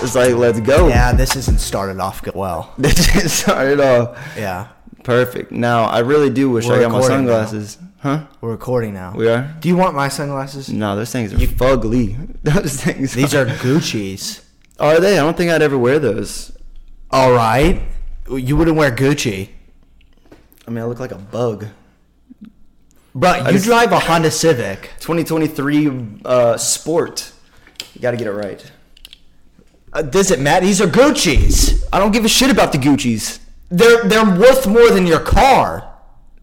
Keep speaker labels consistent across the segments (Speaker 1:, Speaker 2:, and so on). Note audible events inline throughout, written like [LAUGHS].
Speaker 1: just like, let's go.
Speaker 2: Yeah, this isn't started off good well.
Speaker 1: [LAUGHS] They just started off
Speaker 2: Yeah,
Speaker 1: perfect. Now I really do wish
Speaker 2: We're
Speaker 1: I got my
Speaker 2: recording now.
Speaker 1: sunglasses. Huh?
Speaker 2: we're recording now.
Speaker 1: We are.
Speaker 2: Do you want my sunglasses?
Speaker 1: No, those things are fugly. [LAUGHS] Those things.
Speaker 2: These are Gucci's.
Speaker 1: Are they? I don't think I'd ever wear those.
Speaker 2: All right. You wouldn't wear Gucci.
Speaker 1: I mean, I look like a bug.
Speaker 2: Bro, you
Speaker 1: just-
Speaker 2: drive a Honda Civic.
Speaker 1: 2023 uh, sport. You gotta get it right.
Speaker 2: Uh, does it matter? These are Gucci's.
Speaker 1: I don't give a shit about the Gucci's.
Speaker 2: They're they're worth more than your car.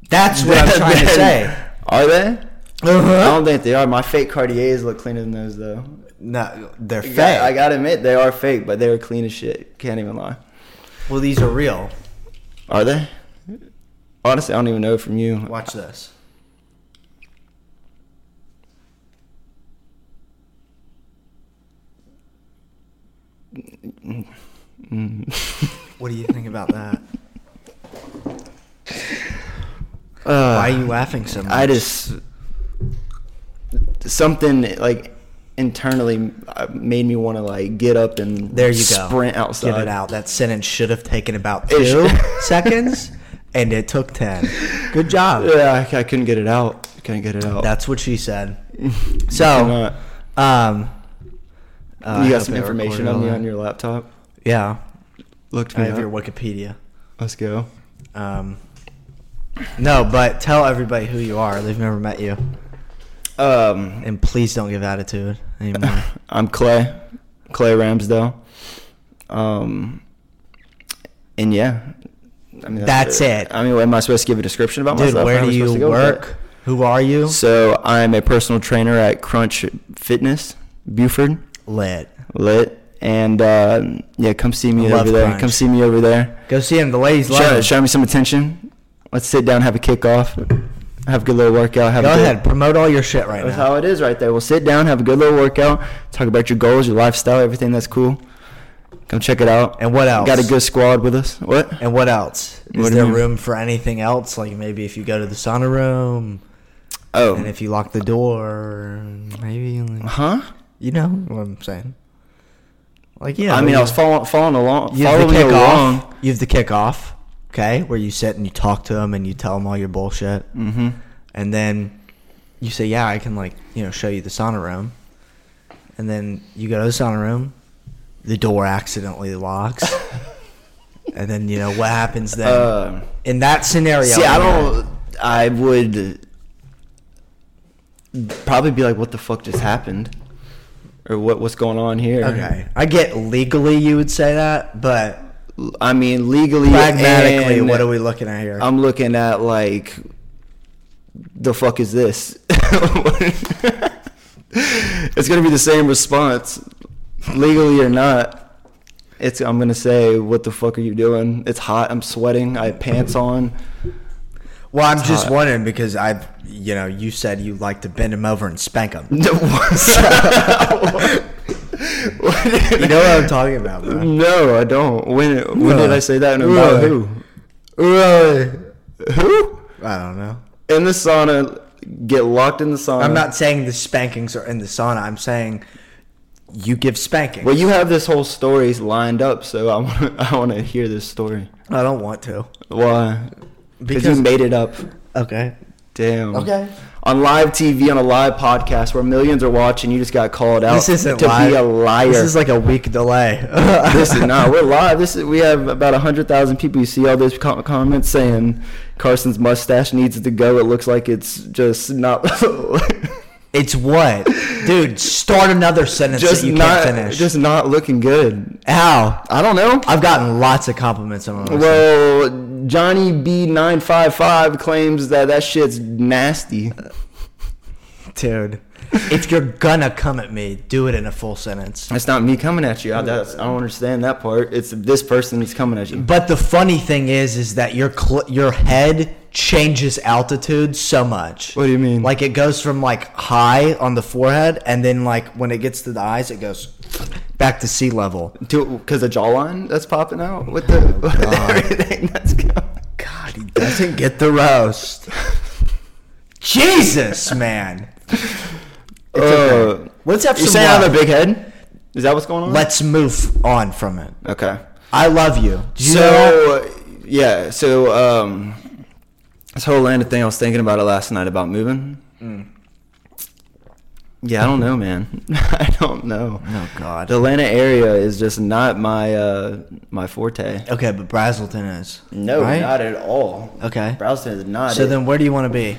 Speaker 2: That's what I'm trying
Speaker 1: [LAUGHS]
Speaker 2: to say.
Speaker 1: Are they? I
Speaker 2: [LAUGHS] Uh-huh.
Speaker 1: don't think they are. My fake Cartiers look cleaner than those though.
Speaker 2: No, they're fake.
Speaker 1: Yeah, I gotta admit, they are fake, but they were clean as shit. Can't even lie.
Speaker 2: well, these are real.
Speaker 1: Are they? Honestly, I don't even know from you.
Speaker 2: Watch this. what do you think about that? Why
Speaker 1: [SIGHS] Uh,
Speaker 2: are you laughing so much?
Speaker 1: I just something like internally uh, made me want to like get up and
Speaker 2: There you go.
Speaker 1: sprint outside.
Speaker 2: Get it out. That sentence should have taken about
Speaker 1: It
Speaker 2: two
Speaker 1: should-
Speaker 2: [LAUGHS] seconds, and it took ten. Good job.
Speaker 1: Yeah, I, I couldn't get it out. Couldn't get it out. [LAUGHS]
Speaker 2: That's what she said.
Speaker 1: Cannot.
Speaker 2: So, um, uh, I
Speaker 1: you
Speaker 2: hope
Speaker 1: got some
Speaker 2: it
Speaker 1: information
Speaker 2: recorded
Speaker 1: on
Speaker 2: all
Speaker 1: me
Speaker 2: that.
Speaker 1: on your laptop.
Speaker 2: Yeah,
Speaker 1: Looked
Speaker 2: I
Speaker 1: me
Speaker 2: have
Speaker 1: up.
Speaker 2: your Wikipedia.
Speaker 1: Let's go.
Speaker 2: Um, no, but tell everybody who you are. They've never met you,
Speaker 1: Um,
Speaker 2: and please don't give attitude
Speaker 1: [LAUGHS]
Speaker 2: anymore.
Speaker 1: I'm Clay, Clay Ramsdale. Um, and yeah, I mean
Speaker 2: That's it.
Speaker 1: I mean, am I supposed to give a description about
Speaker 2: Dude,
Speaker 1: myself?
Speaker 2: where
Speaker 1: How am
Speaker 2: do
Speaker 1: I supposed to
Speaker 2: you
Speaker 1: go with that?
Speaker 2: work? Who are you?
Speaker 1: So I'm a personal trainer at Crunch Fitness, Buford,
Speaker 2: Lit.
Speaker 1: lit, and uh, yeah, come see me
Speaker 2: I love
Speaker 1: over there.
Speaker 2: Crunch.
Speaker 1: Come see me over there.
Speaker 2: Go see him. The ladies love
Speaker 1: Show,
Speaker 2: him.
Speaker 1: show me some attention. Let's sit down, have a kickoff, have a good little workout. Have
Speaker 2: Go
Speaker 1: a good,
Speaker 2: ahead. Promote all your shit right
Speaker 1: That's
Speaker 2: now.
Speaker 1: how it is right there. We'll sit down, have a good little workout, talk about your goals, your lifestyle, everything that's cool. Come check it out.
Speaker 2: And what else?
Speaker 1: Got a good squad with us. What?
Speaker 2: And what else? Is
Speaker 1: What do you
Speaker 2: there
Speaker 1: mean?
Speaker 2: room for anything else? Like maybe if you go to the sauna room and
Speaker 1: Oh.
Speaker 2: if you lock the door, maybe like,
Speaker 1: Huh?
Speaker 2: you know what I'm saying. Like yeah,
Speaker 1: I mean,
Speaker 2: you,
Speaker 1: I was following, following along.
Speaker 2: you have the
Speaker 1: Following along.
Speaker 2: kickoff. You have the kickoff, okay, where you sit and you talk to them and you tell them all your bullshit,
Speaker 1: Mm-hmm.
Speaker 2: and then you say, "Yeah, I can like you know show you the sauna room," and then you go to the sauna room, the door accidentally locks,
Speaker 1: [LAUGHS]
Speaker 2: and then you know what happens then.
Speaker 1: Uh,
Speaker 2: in that scenario.
Speaker 1: see, I don't. I would probably be like, "What the fuck just happened?" Or what? What's going on here?
Speaker 2: Okay, I get legally you would say that, but
Speaker 1: I mean, legally,
Speaker 2: pragmatically,
Speaker 1: and-
Speaker 2: what are we looking at here?
Speaker 1: I'm looking at like the fuck is this? [LAUGHS] it's gonna be the same response, legally or not. It's I'm gonna say, what the fuck are you doing? It's hot. I'm sweating. I have pants
Speaker 2: [LAUGHS]
Speaker 1: on.
Speaker 2: well, I'm just
Speaker 1: hot.
Speaker 2: wondering because I've, you know, you said you like to bend him over and
Speaker 1: [LAUGHS]
Speaker 2: spank him.
Speaker 1: No, what?
Speaker 2: You know what I'm talking about, bro?
Speaker 1: No, I don't. When when did I say that? And about
Speaker 2: Really?
Speaker 1: who?
Speaker 2: Really?
Speaker 1: Who?
Speaker 2: I don't know.
Speaker 1: In the sauna, get locked in the sauna.
Speaker 2: I'm not saying the spankings are in the sauna. I'm saying you give spanking.
Speaker 1: Well, you have this whole story lined up, so I want [LAUGHS] I want to hear this story.
Speaker 2: I don't want to.
Speaker 1: Why? Because
Speaker 2: Because-
Speaker 1: you made it up.
Speaker 2: Okay.
Speaker 1: Damn.
Speaker 2: Okay.
Speaker 1: On live TV, on a live podcast where millions are watching, you just got called out
Speaker 2: This isn't
Speaker 1: to
Speaker 2: live.
Speaker 1: be a liar.
Speaker 2: This is [LAUGHS] like a week delay.
Speaker 1: [LAUGHS] This is not. We're live. This is, we have about hundred thousand people. You see all those com- comments saying Carson's mustache needs to go. It looks like it's just not, [LAUGHS]
Speaker 2: It's what, dude? Start another sentence
Speaker 1: just
Speaker 2: that you
Speaker 1: not,
Speaker 2: can't finish.
Speaker 1: just not looking good.
Speaker 2: How?
Speaker 1: I don't know.
Speaker 2: I've gotten lots of compliments on my well,
Speaker 1: Well, Johnny B nine five five claims that that shit's nasty.
Speaker 2: dude. If you're gonna come at me, do it in a full sentence.
Speaker 1: That's not me coming at you. I, that's, I don't understand that part. It's this person that's coming at you.
Speaker 2: But the funny thing is, is that your cl- your head changes altitude so much.
Speaker 1: What do you mean?
Speaker 2: Like it goes from like high on the forehead, and then like when it gets to the eyes, it goes back to sea level.
Speaker 1: Because the jawline that's popping out with the
Speaker 2: Oh,
Speaker 1: with [LAUGHS] everything that's coming.
Speaker 2: God, he doesn't get the
Speaker 1: [LAUGHS]
Speaker 2: roast. Jesus, man.
Speaker 1: Uh,
Speaker 2: Let's have
Speaker 1: you
Speaker 2: some
Speaker 1: Uh, saying I have
Speaker 2: love.
Speaker 1: a big head? Is that what's going on?
Speaker 2: Let's move on from it.
Speaker 1: okay.
Speaker 2: I love you. Did you know that?
Speaker 1: so uh, yeah, so um, this whole Atlanta thing, I was thinking about it last night about moving.
Speaker 2: Mm.
Speaker 1: Yeah, I don't know, man. [LAUGHS] I don't know.
Speaker 2: Oh God.
Speaker 1: The Atlanta area is just not my uh, my forte.
Speaker 2: Okay, but Brazelton is. right?
Speaker 1: at all.
Speaker 2: Okay.
Speaker 1: Brownstown is not.
Speaker 2: So then, where do you want to be?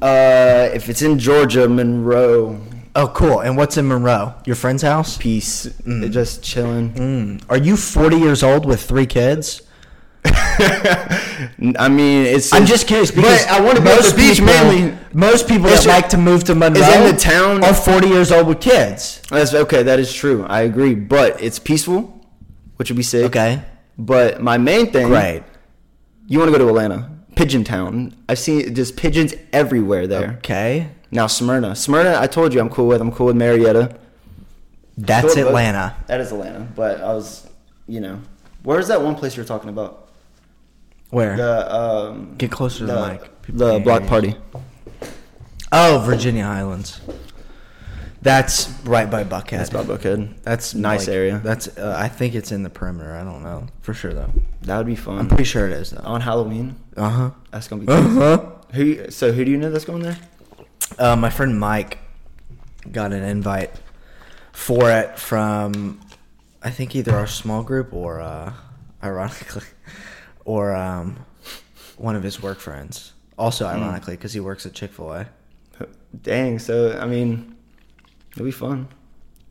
Speaker 1: uh, if it's in Georgia, Monroe,
Speaker 2: Oh, cool. And what's in Monroe? Your friend's house?
Speaker 1: peace, They're just chilling.
Speaker 2: Mm. Are you 40 years old with three kids?
Speaker 1: [LAUGHS] I mean, it's.
Speaker 2: I'm just curious because
Speaker 1: but I want to be at the beach
Speaker 2: people,
Speaker 1: mainly.
Speaker 2: Most people
Speaker 1: It's
Speaker 2: that
Speaker 1: your-
Speaker 2: like to move to Monroe
Speaker 1: in the town-
Speaker 2: are 40 years old with kids.
Speaker 1: That's okay. That is true. I agree, but it's peaceful, which would be sick.
Speaker 2: Okay.
Speaker 1: But my main thing,
Speaker 2: Right.
Speaker 1: You want to go to Atlanta, Pigeon Town. I've seen just pigeons everywhere there.
Speaker 2: Okay.
Speaker 1: Now Smyrna, Smyrna. I told you I'm cool with. I'm cool with Marietta.
Speaker 2: That's
Speaker 1: Cool, but-
Speaker 2: Atlanta.
Speaker 1: That is Atlanta. But I was, you know, where's that one place you were talking about?
Speaker 2: Where?
Speaker 1: The um,
Speaker 2: Get closer to the, mic. People
Speaker 1: the
Speaker 2: can't
Speaker 1: block
Speaker 2: hear you.
Speaker 1: party.
Speaker 2: Oh, Virginia Highlands. That's right by Buckhead.
Speaker 1: That's about Buckhead.
Speaker 2: That's
Speaker 1: Nice
Speaker 2: like-
Speaker 1: area.
Speaker 2: That's uh, I think it's in the perimeter. I don't know for sure though.
Speaker 1: That would be fun.
Speaker 2: I'm pretty sure it is though.
Speaker 1: On Halloween,
Speaker 2: Uh huh.
Speaker 1: that's gonna be.
Speaker 2: Uh
Speaker 1: Cool.
Speaker 2: [LAUGHS] huh.
Speaker 1: Who? you- So who do you know that's going there?
Speaker 2: Uh, my friend Mike got an invite for it from I think either our small group or uh, ironically [LAUGHS] or um, one of his work friends. Also
Speaker 1: Hmm.
Speaker 2: ironically because he works at Chick Fil A.
Speaker 1: Dang. So I mean, it'll be fun.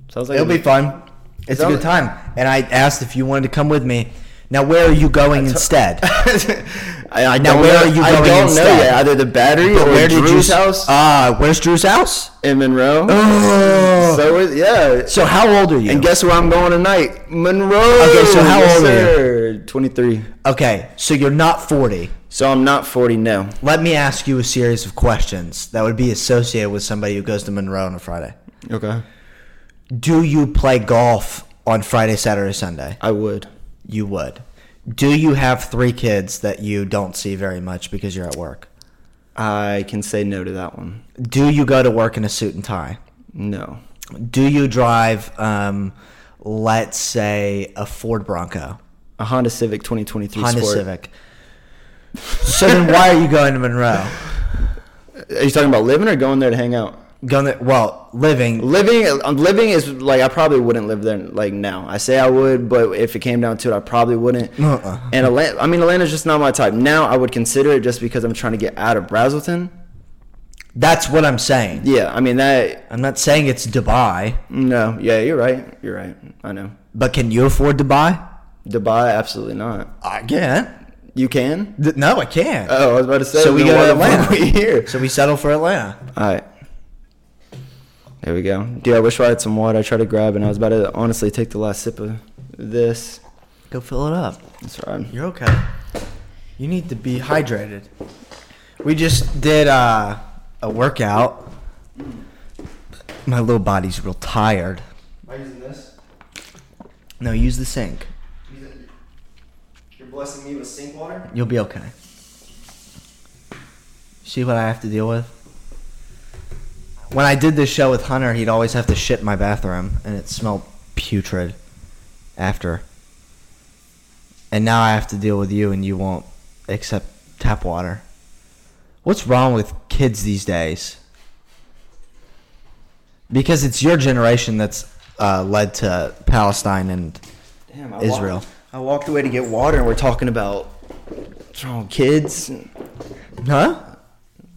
Speaker 1: Sounds like
Speaker 2: It'll be fun. It's a
Speaker 1: Sounds-
Speaker 2: good time. And I asked if you wanted to come with me. Now where are you going
Speaker 1: [LAUGHS]
Speaker 2: instead?
Speaker 1: I, I
Speaker 2: Now,
Speaker 1: don't
Speaker 2: where
Speaker 1: know,
Speaker 2: are you
Speaker 1: I
Speaker 2: going
Speaker 1: don't know
Speaker 2: instead?
Speaker 1: yet. Either the battery
Speaker 2: But
Speaker 1: or
Speaker 2: where did
Speaker 1: Drew's
Speaker 2: you,
Speaker 1: house
Speaker 2: Ah, where's Drew's house?
Speaker 1: in Monroe.
Speaker 2: Oh.
Speaker 1: So is, yeah.
Speaker 2: So how old are you?
Speaker 1: and guess where I'm going tonight? Monroe.
Speaker 2: Okay, so how old are you?
Speaker 1: are you? 23.
Speaker 2: okay, so you're not 40.
Speaker 1: So I'm not 40 now.
Speaker 2: Let me ask you a series of questions that would be associated with somebody who goes to Monroe on a Friday.
Speaker 1: Okay.
Speaker 2: Do you play golf on Friday, Saturday, Sunday?
Speaker 1: I would.
Speaker 2: You would. Do you have three kids that you don't see very much because you're at work?
Speaker 1: I can say no to that one.
Speaker 2: Do you go to work in a suit and tie?
Speaker 1: No.
Speaker 2: Do you drive, um, let's say, a Ford Bronco?
Speaker 1: A Honda Civic 2023
Speaker 2: Honda
Speaker 1: Sport.
Speaker 2: Civic. So then, why are you going to Monroe?
Speaker 1: Are you talking about living or going there to hang out?
Speaker 2: Going to, well, living.
Speaker 1: Living, um, living is like I probably wouldn't live there like now. I say I would, but if it came down to it, I probably wouldn't.
Speaker 2: Uh-uh.
Speaker 1: And Atlanta, I mean, Atlanta's just not my type. Now I would consider it just because I'm trying to get out of Brazelton.
Speaker 2: That's what I'm saying.
Speaker 1: Yeah, I mean that.
Speaker 2: I'm not saying it's Dubai,
Speaker 1: No, yeah, you're right. You're right. I know.
Speaker 2: but can you afford Dubai?
Speaker 1: Dubai, absolutely not.
Speaker 2: I can't.
Speaker 1: You can.
Speaker 2: Th- No, I can't.
Speaker 1: Oh, I was about to say.
Speaker 2: so we
Speaker 1: then
Speaker 2: go
Speaker 1: why
Speaker 2: to
Speaker 1: the fuck
Speaker 2: Atlanta.
Speaker 1: We here.
Speaker 2: So we settle for Atlanta.
Speaker 1: All right. There we go. Dude, I wish I had some water. I tried to grab, and I was about to honestly take the last sip of this.
Speaker 2: Go fill it up.
Speaker 1: That's right.
Speaker 2: You're okay. You need to be hydrated. We just did uh, a workout. My little body's real tired.
Speaker 1: Am I using this?
Speaker 2: No, use the sink.
Speaker 1: You're blessing me with sink water.
Speaker 2: You'll be okay. See what I have to deal with? When I did this show with Hunter, he'd always have to shit in my bathroom, and it smelled putrid after. And now I have to deal with you, and you won't accept tap water. What's wrong with kids these days? Because it's your generation that's uh, led to Palestine and
Speaker 1: Damn, I
Speaker 2: Israel.
Speaker 1: Walked, I walked away to get water, and we're talking about oh, kids.
Speaker 2: Huh?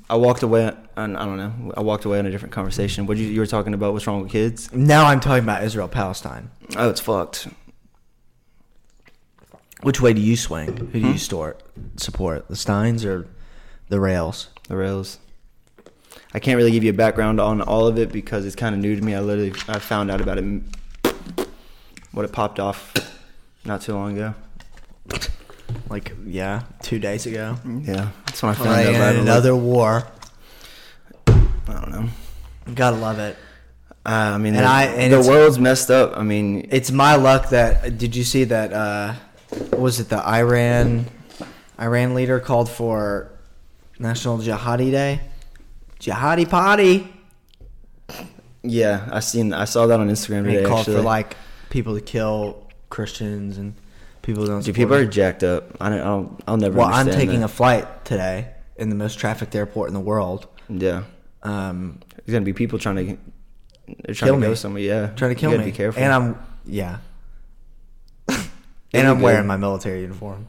Speaker 1: I walked away, and I don't know. I walked away on a different conversation. What you you were talking about? What's wrong with kids?
Speaker 2: Now I'm talking about Israel Palestine.
Speaker 1: Oh, it's fucked.
Speaker 2: Which way do you swing? Who do you stort, support? The Steins or the Rails?
Speaker 1: The rails. I can't really give you a background on all of it because it's kind of new to me. I literally I found out about it m- what it popped off not too long ago.
Speaker 2: Like, yeah, two days ago.
Speaker 1: Yeah, that's when I found
Speaker 2: Mm-hmm. Right,
Speaker 1: out about
Speaker 2: and
Speaker 1: it.
Speaker 2: another war.
Speaker 1: I don't know.
Speaker 2: Gotta love it.
Speaker 1: Uh, I mean,
Speaker 2: And
Speaker 1: the,
Speaker 2: I- and
Speaker 1: the
Speaker 2: it's-
Speaker 1: world's messed up. I mean,
Speaker 2: It's my luck that did you see that? Uh, what was it the Iran Iran leader called for National Jihadi Day? Jihadi potty.
Speaker 1: Yeah, I seen. I saw that on Instagram
Speaker 2: They
Speaker 1: today.
Speaker 2: called
Speaker 1: actually.
Speaker 2: for like people to kill Christians and people who don't.
Speaker 1: Dude,
Speaker 2: support
Speaker 1: people are
Speaker 2: it.
Speaker 1: jacked up. I don't. I don't I'll never.
Speaker 2: Well, I'm taking
Speaker 1: a.
Speaker 2: a flight today in the most trafficked airport in the world.
Speaker 1: yeah,
Speaker 2: Um,
Speaker 1: there's gonna be people trying to. They're trying
Speaker 2: Kill
Speaker 1: to
Speaker 2: me.
Speaker 1: go somewhere. Yeah,
Speaker 2: trying to kill
Speaker 1: you
Speaker 2: me.
Speaker 1: gotta Be careful.
Speaker 2: And I'm yeah.
Speaker 1: You'll
Speaker 2: and
Speaker 1: be
Speaker 2: I'm
Speaker 1: good.
Speaker 2: wearing my military uniform,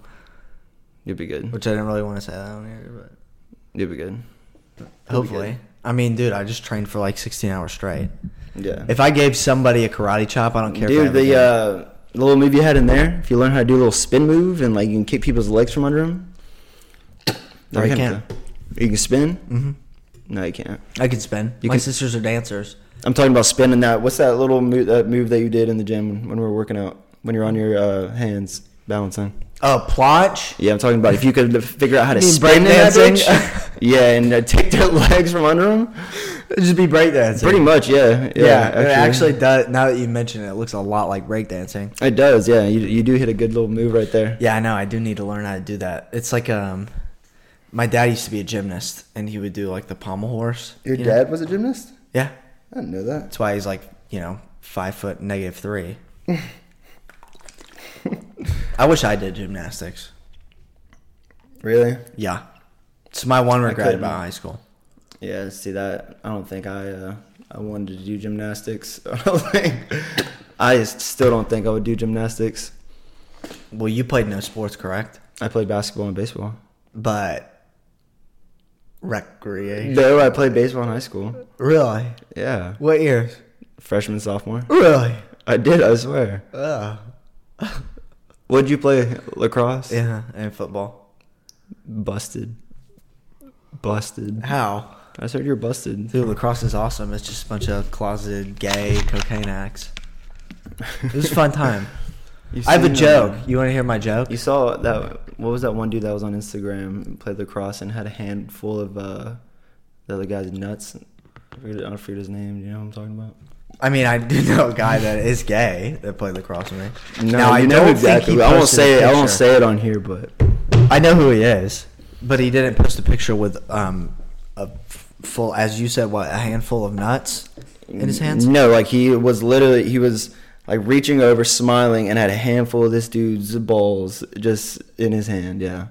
Speaker 1: You'll be good.
Speaker 2: which I didn't really want to say that on here,
Speaker 1: You'll be good.
Speaker 2: but hopefully. I mean, dude, I just trained for like 16 hours straight.
Speaker 1: Yeah.
Speaker 2: If I gave somebody a karate chop, I don't care.
Speaker 1: Dude,
Speaker 2: if I
Speaker 1: the
Speaker 2: have a-
Speaker 1: uh, the little move you had in there. If you learn how to do a little spin move and like you can kick people's legs from under them.
Speaker 2: No, you can't.
Speaker 1: You can spin. Mm-hmm. No, you can't.
Speaker 2: I can spin.
Speaker 1: You
Speaker 2: my
Speaker 1: can-
Speaker 2: sisters are dancers.
Speaker 1: I'm talking about spinning that. What's that little move that move that you did in the gym when, when we were working out? When you're on your uh, hands balancing.
Speaker 2: Uh, planche.
Speaker 1: Yeah, I'm talking about if you could figure out how to
Speaker 2: You mean
Speaker 1: spin that
Speaker 2: breakdancing?
Speaker 1: bitch. [LAUGHS] yeah, and uh, take their [LAUGHS] legs from under them.
Speaker 2: It'd just be breakdancing.
Speaker 1: Pretty much, yeah. Yeah,
Speaker 2: yeah, it actually does. Now that you mention it, it looks a lot like breakdancing.
Speaker 1: It does, yeah. You, you do hit a good little move right there.
Speaker 2: Yeah, I know. I do need to learn how to do that. It's like um, my dad used to be a gymnast, and he would do like the pommel horse. you know?
Speaker 1: was a gymnast?
Speaker 2: Yeah,
Speaker 1: I didn't know that.
Speaker 2: that's why he's like you know five foot negative three. I wish I did gymnastics.
Speaker 1: Really?
Speaker 2: Yeah, it's my one regret
Speaker 1: couldn't.
Speaker 2: about high school.
Speaker 1: Yeah, see that. I don't think I uh, I wanted to do gymnastics. [LAUGHS] I don't think. I just still don't think I would do gymnastics.
Speaker 2: Well, you played no sports, correct?
Speaker 1: I played basketball and baseball.
Speaker 2: But recreation.
Speaker 1: No, I played baseball in high school.
Speaker 2: Really?
Speaker 1: Yeah,
Speaker 2: What years?
Speaker 1: freshman, sophomore.
Speaker 2: Really?
Speaker 1: I did. I swear.
Speaker 2: Uh,
Speaker 1: Would you play lacrosse?
Speaker 2: yeah, and football.
Speaker 1: Busted. Busted.
Speaker 2: How?
Speaker 1: I just heard you're busted.
Speaker 2: Dude, lacrosse is awesome. It's just a bunch of closeted gay cocaine acts. It was a fun time.
Speaker 1: [LAUGHS] You've
Speaker 2: I have a
Speaker 1: seen, uh,
Speaker 2: joke. You want to hear my joke?
Speaker 1: You saw that? What was that one dude that was on Instagram and played lacrosse and had a handful of uh, the other guy's nuts? I forget, I forget his name. Do you know what I'm talking about?
Speaker 2: I mean, I do [LAUGHS] know a guy that is gay that played lacrosse with me.
Speaker 1: No,
Speaker 2: Now,
Speaker 1: you know exactly.
Speaker 2: he
Speaker 1: I won't
Speaker 2: posted a
Speaker 1: say it. I won't
Speaker 2: picture.
Speaker 1: say it on here, but
Speaker 2: I know who he is, but he didn't post a picture with um a f- full, as you said, what a handful of nuts in his hands.
Speaker 1: No, like he was literally he was like reaching over, smiling, and had a handful of this dude's balls just in his hand. Yeah,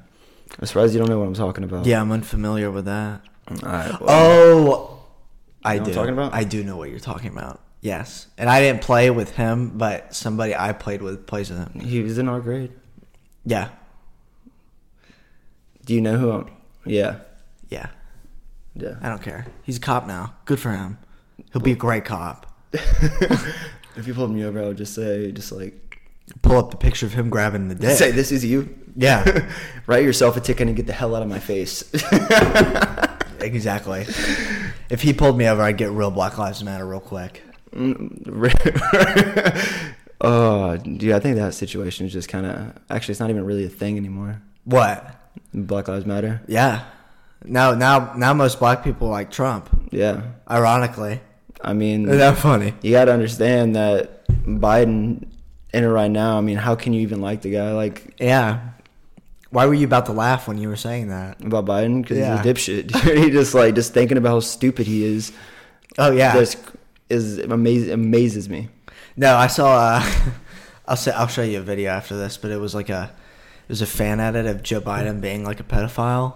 Speaker 1: I'm surprised you don't know what I'm talking about.
Speaker 2: Yeah, I'm unfamiliar with that.
Speaker 1: All right, well,
Speaker 2: Oh, I
Speaker 1: know what
Speaker 2: do.
Speaker 1: I'm talking about?
Speaker 2: I do know what you're talking about. Yes, and I didn't play with him, but somebody I played with plays with him.
Speaker 1: he was in our grade.
Speaker 2: Yeah,
Speaker 1: Do you know who? I'm, yeah,
Speaker 2: yeah.
Speaker 1: yeah.
Speaker 2: I don't care. He's a cop now. Good for him. He'll be a great cop.
Speaker 1: [LAUGHS] if you pulled me over, I would just say, just like,
Speaker 2: Pull up the picture of him grabbing the dick.
Speaker 1: say, this is you. [LAUGHS]
Speaker 2: yeah,
Speaker 1: Write yourself a ticket and get the hell out of my face. [LAUGHS]
Speaker 2: exactly. If he pulled me over, I'd get real Black Lives Matter real quick.
Speaker 1: oh, dude, I think that situation is just kind of actually, it's not even really a thing anymore.
Speaker 2: What?
Speaker 1: Black Lives Matter.
Speaker 2: Yeah. Now, now, now, most black people like Trump.
Speaker 1: Yeah,
Speaker 2: Ironically,
Speaker 1: I mean,
Speaker 2: isn't that funny?
Speaker 1: you got to understand that Biden in it right now. I mean, how can you even like the guy? Like
Speaker 2: Yeah. Why were you about to laugh when you were saying that?
Speaker 1: about Biden because
Speaker 2: Yeah.
Speaker 1: he's a dipshit. [LAUGHS] he just like just thinking about how stupid he is.
Speaker 2: Oh yeah.
Speaker 1: Just is amaz- amazes me.
Speaker 2: No, I saw. Uh, [LAUGHS] I'll say I'll show you a video after this, but it was like a it was a fan edit of Joe Biden being like a pedophile,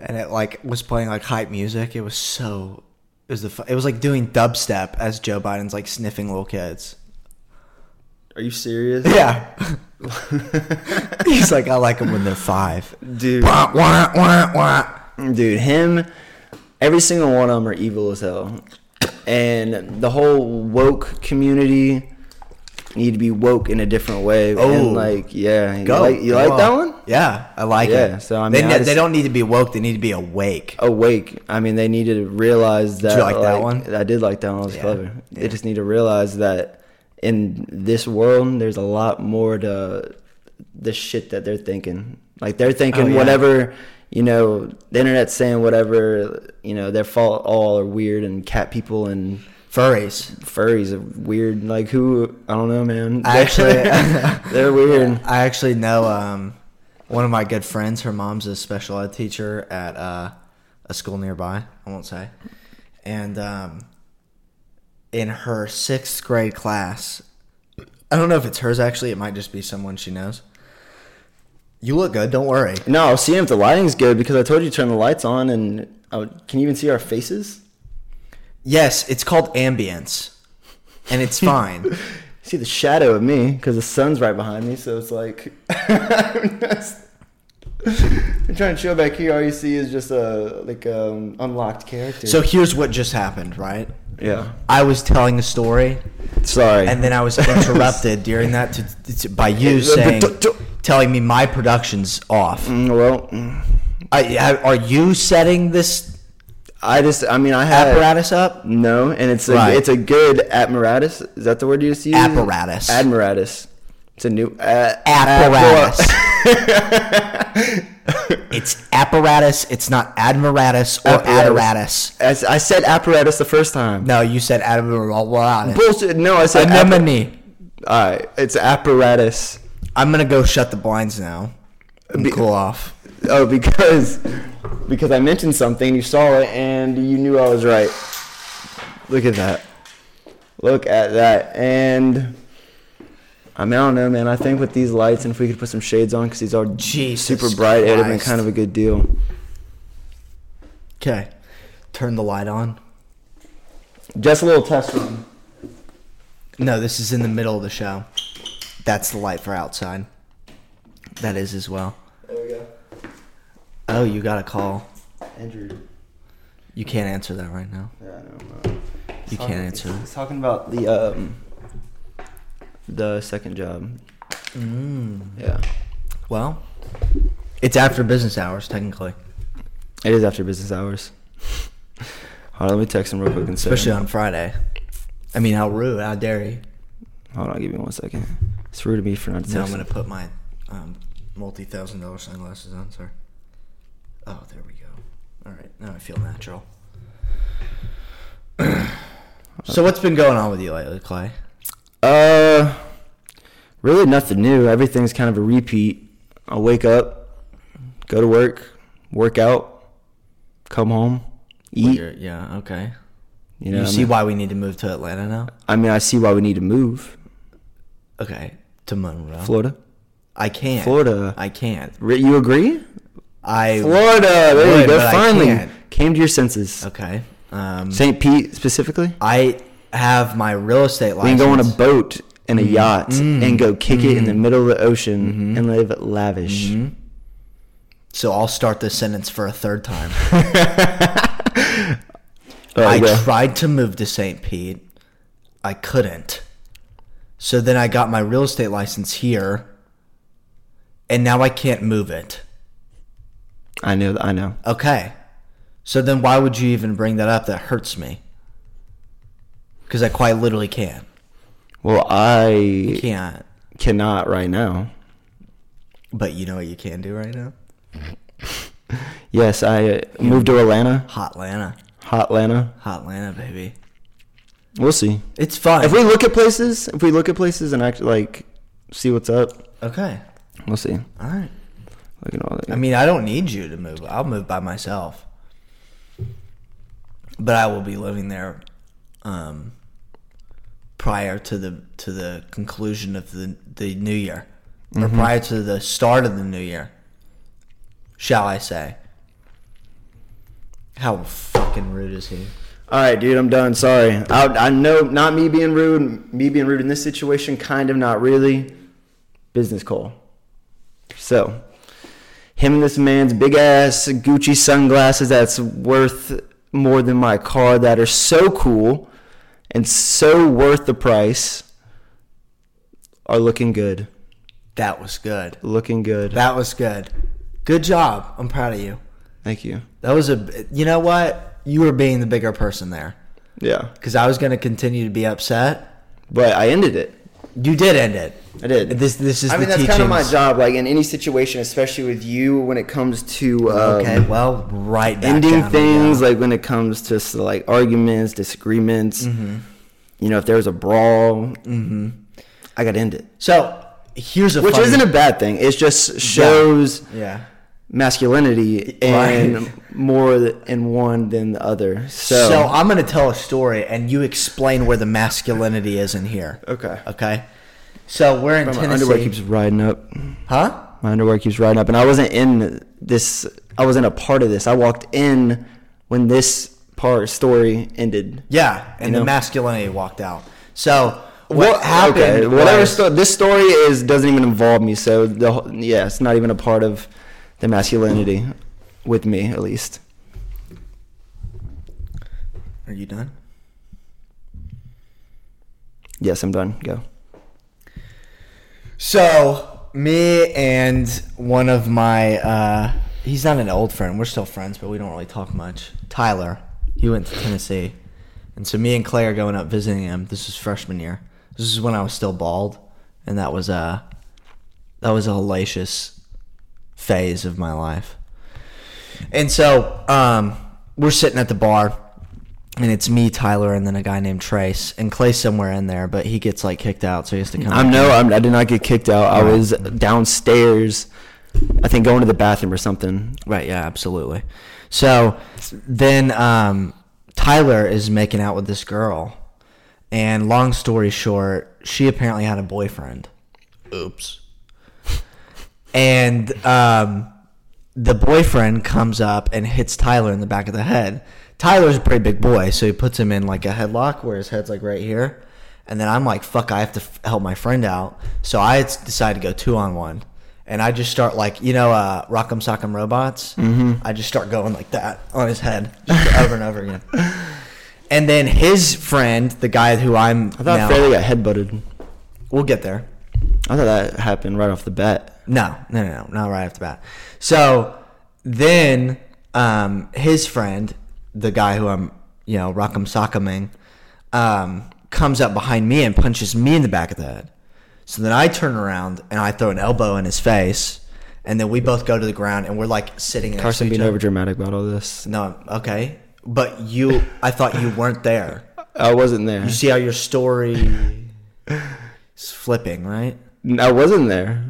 Speaker 2: and it like was playing like hype music. It was so it was the fu- it was like doing dubstep as Joe Biden's like sniffing little kids.
Speaker 1: Are you serious?
Speaker 2: Yeah. [LAUGHS] He's like, I like them when they're five.
Speaker 1: Dude,
Speaker 2: Wah, wah, wah, wah.
Speaker 1: dude, him, every single one of them are evil as hell. And the whole woke community need to be woke in a different way.
Speaker 2: Oh.
Speaker 1: and like, yeah, you
Speaker 2: Go.
Speaker 1: like, you
Speaker 2: Go
Speaker 1: like that
Speaker 2: on.
Speaker 1: one?
Speaker 2: Yeah, I like it.
Speaker 1: Yeah, so, I
Speaker 2: they,
Speaker 1: mean, I
Speaker 2: ne- they
Speaker 1: just-
Speaker 2: don't need to be woke. They need to be awake.
Speaker 1: Awake. I mean, they need to realize that.
Speaker 2: you like that one?
Speaker 1: I did like that one. It was
Speaker 2: Yeah.
Speaker 1: clever.
Speaker 2: Yeah.
Speaker 1: They just need to realize that in this world, there's a lot more to the shit that they're thinking. Like they're thinking
Speaker 2: Oh, yeah.
Speaker 1: whatever, you know, the internet's saying whatever, you know, their fault all are weird and cat people and
Speaker 2: Furries.
Speaker 1: furries are weird. Like who? I don't know, man.
Speaker 2: Actually-
Speaker 1: [LAUGHS]
Speaker 2: [LAUGHS]
Speaker 1: they're weird.
Speaker 2: I actually know um, one of my good friends. Her mom's a special ed teacher at uh, a school nearby. I won't say, and um, in her sixth grade class. I don't know if it's hers actually. It might just be someone she knows. You look good. Don't worry.
Speaker 1: No, I was seeing if the lighting's good because I told you to turn the lights on and I would- can you even see our faces?
Speaker 2: Yes, it's called ambience,
Speaker 1: [LAUGHS]
Speaker 2: and it's fine.
Speaker 1: See the shadow of me because the sun's right behind me, so it's like [LAUGHS] I'm just- I'm trying to show back here. All you see is just a like um, unlocked character.
Speaker 2: so here's what just happened, right?
Speaker 1: yeah,
Speaker 2: I was telling a story,
Speaker 1: sorry.
Speaker 2: and then I
Speaker 1: [LAUGHS]
Speaker 2: was interrupted during that to, to, by you saying, telling me my production's off.
Speaker 1: Mm, well, mm,
Speaker 2: I, I, are you setting this
Speaker 1: I just I mean I have
Speaker 2: apparatus up?
Speaker 1: No, and it's a
Speaker 2: Right.
Speaker 1: it's a good apparatus. Is that the word you just used?
Speaker 2: Apparatus.
Speaker 1: Apparatus. It's a new uh, [LAUGHS]
Speaker 2: Apparatus.
Speaker 1: appara-
Speaker 2: It's apparatus. It's not admiratus or
Speaker 1: Apparatus.
Speaker 2: apparatus.
Speaker 1: As I said apparatus the first time.
Speaker 2: No, you said apparatus.
Speaker 1: Bullshit. No, I said appar-
Speaker 2: Anemone.
Speaker 1: All right, it's apparatus.
Speaker 2: I'm gonna go shut the blinds now. And
Speaker 1: Be-
Speaker 2: cool off.
Speaker 1: Oh, [LAUGHS] because because I mentioned something, you saw it, and you knew I was right. Look at that. Look at that. And I mean, I don't know, man. I think with these lights, and if we could put some shades on, because these are
Speaker 2: Jesus
Speaker 1: super bright, it'd have been
Speaker 2: Christ.
Speaker 1: kind of a good deal.
Speaker 2: Okay. Turn the light on.
Speaker 1: Just a little test run.
Speaker 2: No, this is in the middle of the show. That's the light for outside. That is as well.
Speaker 1: There we go.
Speaker 2: Oh, you got a call.
Speaker 1: Andrew.
Speaker 2: You can't answer that right now.
Speaker 1: Yeah, I know.
Speaker 2: You can't answer that.
Speaker 1: He's talking about the um the second job. Mm. Yeah.
Speaker 2: Well, it's after business hours, technically,
Speaker 1: It is after business hours. [LAUGHS] Hold on, let me text him real quick and say.
Speaker 2: especially on Friday. I mean, how rude! How dare you?
Speaker 1: Hold on, give me one second. It's rude of me for not to text.
Speaker 2: No, I'm gonna
Speaker 1: him.
Speaker 2: put my um, multi-thousand dollar sunglasses on. Sorry. Oh, there we go. All right, now I feel natural. so what's been going on with you lately, Clay?
Speaker 1: Uh, really nothing new. Everything's kind of a repeat. I wake up, go to work, work out, come home, eat.
Speaker 2: You're- yeah. Okay.
Speaker 1: You
Speaker 2: You,
Speaker 1: know, I,
Speaker 2: see
Speaker 1: mean,
Speaker 2: why we need to move to Atlanta now?
Speaker 1: I mean, I see why we need to move.
Speaker 2: Okay, to Monroe.
Speaker 1: Florida,
Speaker 2: I can't.
Speaker 1: Florida.
Speaker 2: I can't.
Speaker 1: Re- you agree?
Speaker 2: I.
Speaker 1: Florida. There you
Speaker 2: Would,
Speaker 1: go.
Speaker 2: but I
Speaker 1: Finally,
Speaker 2: can't.
Speaker 1: came to your senses.
Speaker 2: Okay. Um,
Speaker 1: St. Pete specifically.
Speaker 2: I have my real estate
Speaker 1: We can
Speaker 2: license.
Speaker 1: go on a boat and a yacht and go kick it in the middle of the ocean and live lavish.
Speaker 2: So I'll start this sentence for a third time.
Speaker 1: All right,
Speaker 2: I
Speaker 1: go.
Speaker 2: tried to move to St. Pete. I couldn't. So then I got my real estate license here. And now I can't move it.
Speaker 1: I know. I know.
Speaker 2: Okay. So then why would you even bring that up? That hurts me. Because I quite literally can.
Speaker 1: Well, I
Speaker 2: Can't.
Speaker 1: cannot right now.
Speaker 2: But you know what you can do right now?
Speaker 1: Yes, I uh, moved to Atlanta,
Speaker 2: Hot Lana.
Speaker 1: hot Atlanta.
Speaker 2: Hot Lana, baby.
Speaker 1: We'll see.
Speaker 2: It's fun.
Speaker 1: If we look at places, if we look at places and act like see what's up,
Speaker 2: okay.
Speaker 1: we'll see.
Speaker 2: All right.
Speaker 1: Look at all that.
Speaker 2: I mean, I don't need you to move. I'll move by myself. But I will be living there um, prior to the to the conclusion of the the new year, or prior to the start of the new year. Shall I say? How fucking rude is he?
Speaker 1: all right, dude, I'm done. Sorry. I, I know not me being rude. Me being rude in this situation, kind of not really. Business call. So, him and this man's big ass Gucci sunglasses that's worth more than my car that are so cool and so worth the price are looking good.
Speaker 2: That was good.
Speaker 1: Looking good.
Speaker 2: That was good. Good job. I'm proud of you.
Speaker 1: Thank you.
Speaker 2: That was a. You know what? You were being the bigger person there
Speaker 1: Yeah.
Speaker 2: because I was going to continue to be upset.
Speaker 1: But I ended it.
Speaker 2: You did end it.
Speaker 1: I did.
Speaker 2: This this is
Speaker 1: I mean,
Speaker 2: the
Speaker 1: that's
Speaker 2: teachings.
Speaker 1: kind of my job. Like in any situation, especially with you, when it comes to um,
Speaker 2: Okay, well, right back
Speaker 1: ending
Speaker 2: down we
Speaker 1: things,
Speaker 2: go.
Speaker 1: like when it comes to s- like arguments, disagreements.
Speaker 2: Mm-hmm.
Speaker 1: You know, if there's a brawl, I got to end it.
Speaker 2: so here's a
Speaker 1: Which
Speaker 2: Mm-hmm. funny-
Speaker 1: isn't a bad thing. It just shows
Speaker 2: yeah
Speaker 1: masculinity and more th- in one than the other. So,
Speaker 2: So, I'm going to tell a story, and you explain where the masculinity is in here.
Speaker 1: Okay.
Speaker 2: Okay. So we're in
Speaker 1: my
Speaker 2: Tennessee.
Speaker 1: underwear keeps riding up.
Speaker 2: huh?
Speaker 1: My underwear keeps riding up, and I wasn't in this. I wasn't a part of this. I walked in when this part story ended.
Speaker 2: Yeah, and
Speaker 1: know?
Speaker 2: the masculinity walked out. So what
Speaker 1: Well,
Speaker 2: happened?
Speaker 1: okay, Whatever.
Speaker 2: was-
Speaker 1: Sto- this story is doesn't even involve me. So the whole- yeah, it's not even a part of the masculinity with me, at least.
Speaker 2: Are you done?
Speaker 1: Yes, I'm done. Go.
Speaker 2: So me and one of my uh, he's not an old friend. We're still friends, but we don't really talk much. Tyler, he went to Tennessee, and so me and Claire going up visiting him. This was freshman year. This is when I was still bald, and that was uh that was a hellacious phase of my life. And so um, we're sitting at the bar, and it's me, Tyler, and then a guy named Trace, and Clay's somewhere in there, but he gets like kicked out, so he has to come.
Speaker 1: I'm no. I'm, I did not get kicked out. I was downstairs. I think going to the bathroom or something.
Speaker 2: Right. Yeah. Absolutely. So then um, Tyler is making out with this girl, and long story short, she apparently had a boyfriend. Oops. And um, the boyfriend comes up and hits Tyler in the back of the head. Tyler's a pretty big boy, so he puts him in like a headlock where his head's like right here. And then I'm like, fuck, I have to f- help my friend out. So I s- decide to go two on one. And I just start like, you know, uh, Rock'em Sock'em Robots? Mm-hmm. I just start going like that on his head just [LAUGHS] over and over again. And then his friend, the guy who I'm
Speaker 1: I thought
Speaker 2: now,
Speaker 1: Fairley got headbutted.
Speaker 2: we'll get there.
Speaker 1: I thought that happened right off the bat.
Speaker 2: No, no, no, no, not right off the bat. So then um, his friend, the guy who I'm, you know, rock'em sock'eming, um, comes up behind me and punches me in the back of the head. So then I turn around and I throw an elbow in his face, and then we both go to the ground and we're like sitting. next to
Speaker 1: Carson
Speaker 2: each
Speaker 1: being
Speaker 2: other.
Speaker 1: over dramatic about all this.
Speaker 2: No, okay, but you, I thought you weren't there.
Speaker 1: I wasn't there.
Speaker 2: You see how your story is flipping, right?
Speaker 1: I wasn't there.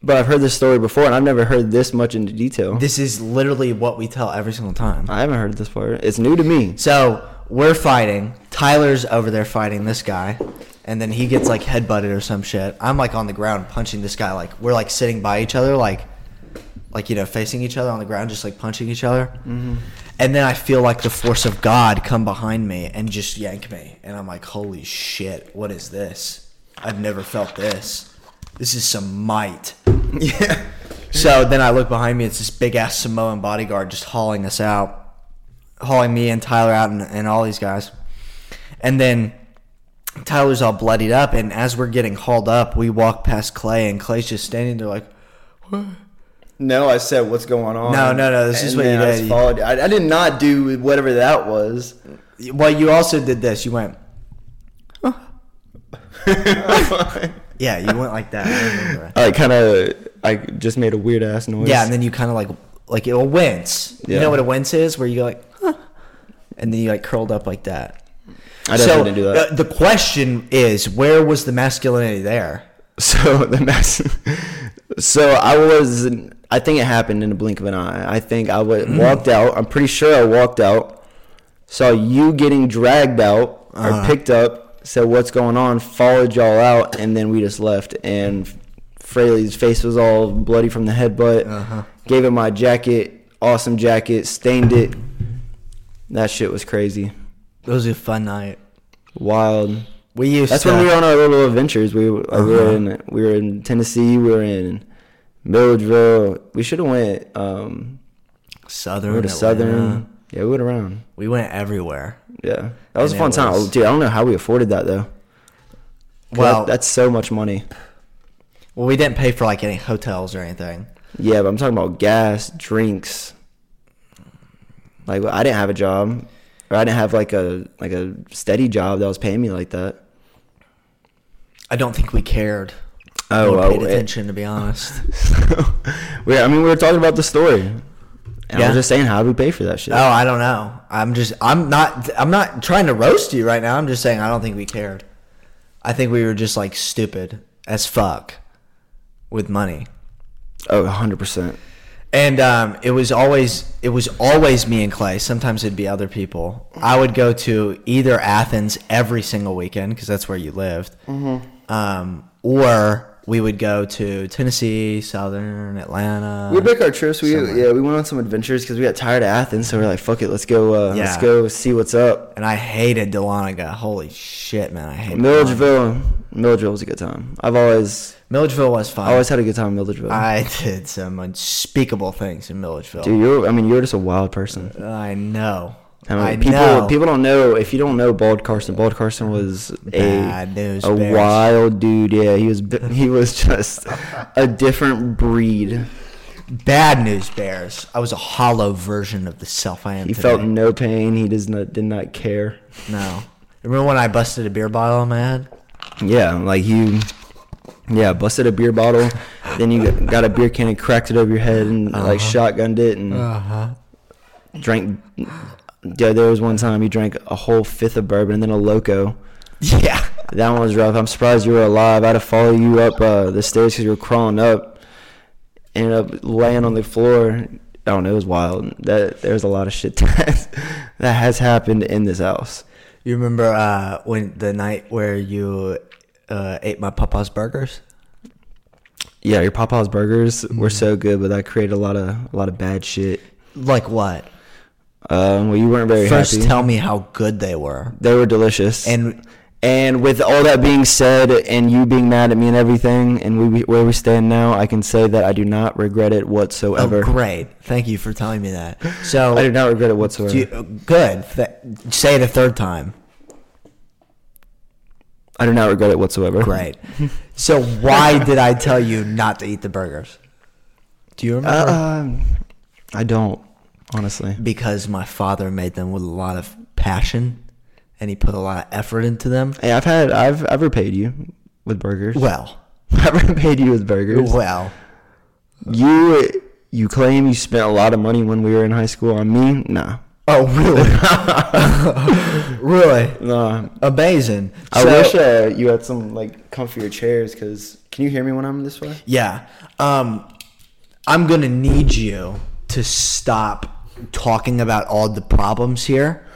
Speaker 1: But I've heard this story before, and I've never heard this much into detail.
Speaker 2: This is literally what we tell every single time.
Speaker 1: I haven't heard this part. It's new to me.
Speaker 2: So we're fighting. Tyler's over there fighting this guy, and then he gets like headbutted or some shit. I'm like on the ground punching this guy. Like we're like sitting by each other, like like you know facing each other on the ground, just like punching each other. And then I feel like the force of God come behind me and just yank me, and I'm like, holy shit, what is this? I've never felt this. This is some might.
Speaker 1: Yeah.
Speaker 2: So then I look behind me. It's this big ass Samoan bodyguard just hauling us out, hauling me and Tyler out and, and all these guys. And then Tyler's all bloodied up. And as we're getting hauled up, we walk past Clay, and Clay's just standing there like,
Speaker 1: No, I said what's going on.
Speaker 2: No, no, no, this is what
Speaker 1: then
Speaker 2: you
Speaker 1: I
Speaker 2: did.
Speaker 1: just followed- I, I did not do whatever that was.
Speaker 2: Well, you also did this. You went,
Speaker 1: [LAUGHS] I
Speaker 2: Yeah, you
Speaker 1: [LAUGHS]
Speaker 2: went like that. I remember.
Speaker 1: kind of, I just made a weird ass noise.
Speaker 2: Yeah, and then you kind of like, like it'll wince. You
Speaker 1: Yeah.
Speaker 2: know what a wince is? Where you go like, huh. And then you like curled up like that.
Speaker 1: I definitely didn't do that.
Speaker 2: uh, the question is, where was the masculinity there?
Speaker 1: [LAUGHS] So the mess. [LAUGHS] So I was. I think it happened in the blink of an eye. I think I wa walked out. I'm pretty sure I walked out. Saw you getting dragged out or picked up. Said what's going on. Followed y'all out, and then we just left. And Fraley's face was all bloody from the headbutt. Gave him my jacket. Awesome jacket. Stained it. That shit was crazy.
Speaker 2: It was a fun night.
Speaker 1: Wild.
Speaker 2: We used
Speaker 1: That's
Speaker 2: to,
Speaker 1: when we were on our little adventures. We were, we
Speaker 2: Uh-huh.
Speaker 1: were in we were in Tennessee. We were in Milledgeville. We should have went um,
Speaker 2: Southern.
Speaker 1: we went to
Speaker 2: Atlanta.
Speaker 1: Southern. Yeah, we went around.
Speaker 2: We went everywhere.
Speaker 1: Yeah, that was
Speaker 2: And
Speaker 1: a fun
Speaker 2: it
Speaker 1: time,
Speaker 2: was-
Speaker 1: dude. I don't know how we afforded that though. 'Cause
Speaker 2: Well,
Speaker 1: that- that's so much money.
Speaker 2: well, we didn't pay for like any hotels or anything.
Speaker 1: Yeah, but I'm talking about gas, drinks. Like I didn't have a job, or I didn't have like a like a steady job that was paying me like that.
Speaker 2: I don't think we cared.
Speaker 1: Oh,
Speaker 2: or
Speaker 1: well,
Speaker 2: paid
Speaker 1: it-
Speaker 2: attention to be honest.
Speaker 1: [LAUGHS] we, I mean, we were talking about the story. And I
Speaker 2: Yeah.
Speaker 1: was just saying, how do we pay for that shit?
Speaker 2: oh, I don't know. I'm just. I'm not. I'm not trying to roast you right now. I'm just saying I don't think we cared. I think we were just like stupid as fuck with money.
Speaker 1: Oh, 100%.
Speaker 2: And um, it was always it was always me and Clay. Sometimes it'd be other people. I would go to either Athens every single weekend because that's where you lived,
Speaker 1: Mm-hmm.
Speaker 2: um, or we would go to Tennessee, Southern Atlanta.
Speaker 1: We booked our trips. We yeah, we went on some adventures because we got tired of Athens, so we are like, "Fuck it, let's go. Uh, Let's
Speaker 2: Yeah.
Speaker 1: go see what's up."
Speaker 2: and I hated Dahlonega. Holy shit, man! I hated Dahlonega.
Speaker 1: Milledgeville, Milledgeville was a good time. I've always,
Speaker 2: Milledgeville was fun.
Speaker 1: I always had a good time in Milledgeville.
Speaker 2: I [LAUGHS] did some unspeakable things in Milledgeville.
Speaker 1: Dude, you're, I mean, you're just a wild person.
Speaker 2: I know.
Speaker 1: I mean,
Speaker 2: I
Speaker 1: people,
Speaker 2: know.
Speaker 1: people don't know if you don't know Bald Carson. Bald Carson was a
Speaker 2: Bad news
Speaker 1: a
Speaker 2: bears.
Speaker 1: wild dude. Yeah, he
Speaker 2: [LAUGHS]
Speaker 1: was bi- he was just a different breed.
Speaker 2: Bad news bears. I was a hollow version of the self I am
Speaker 1: He
Speaker 2: today.
Speaker 1: felt no pain. He does not did not care.
Speaker 2: no. Remember when I busted a beer bottle on my head?
Speaker 1: Yeah, like you. Yeah, busted a beer bottle, then you got a beer can and cracked it over your head and like shotgunned it and drank. Yeah, there was one time you drank a whole fifth of bourbon and then a loco.
Speaker 2: Yeah.
Speaker 1: That one was rough. I'm surprised you were alive. I had to follow you up uh, the stairs because you were crawling up. Ended up laying on the floor. I don't know. It was wild. That there's a lot of shit [LAUGHS] that that has happened in this house.
Speaker 2: You remember uh, when the night where you uh, ate my papa's burgers?
Speaker 1: Yeah, your Papa's burgers
Speaker 2: Mm.
Speaker 1: were so good, but that created a lot of a lot of bad shit.
Speaker 2: Like what?
Speaker 1: Um, well, you weren't very
Speaker 2: First,
Speaker 1: happy.
Speaker 2: tell me how good they were.
Speaker 1: they were delicious.
Speaker 2: And
Speaker 1: and with all that being said, and you being mad at me and everything, and we, we where we stand now, I can say that I do not regret it whatsoever.
Speaker 2: oh, great. Thank you for telling me [LAUGHS] that. So,
Speaker 1: I do not regret it whatsoever.
Speaker 2: do you- good. Th- say it a third time.
Speaker 1: I do not regret it whatsoever.
Speaker 2: [LAUGHS] Great. so why did I tell you not to eat the burgers? Uh, Do you remember?
Speaker 1: Um, I don't honestly.
Speaker 2: because my father made them with a lot of passion, and he put a lot of effort into them.
Speaker 1: Hey, I've had I've I've repaid you with burgers.
Speaker 2: Well,
Speaker 1: [LAUGHS] I've repaid you with burgers.
Speaker 2: well,
Speaker 1: You you claim you spent a lot of money when we were in high school on me. Nah,
Speaker 2: oh really? [LAUGHS] really
Speaker 1: nah.
Speaker 2: amazing.
Speaker 1: I
Speaker 2: So-
Speaker 1: wish uh, you had some like comfier chairs. Cause can you hear me when I'm this way?
Speaker 2: Yeah. Um, I'm going to need you to stop talking about all the problems here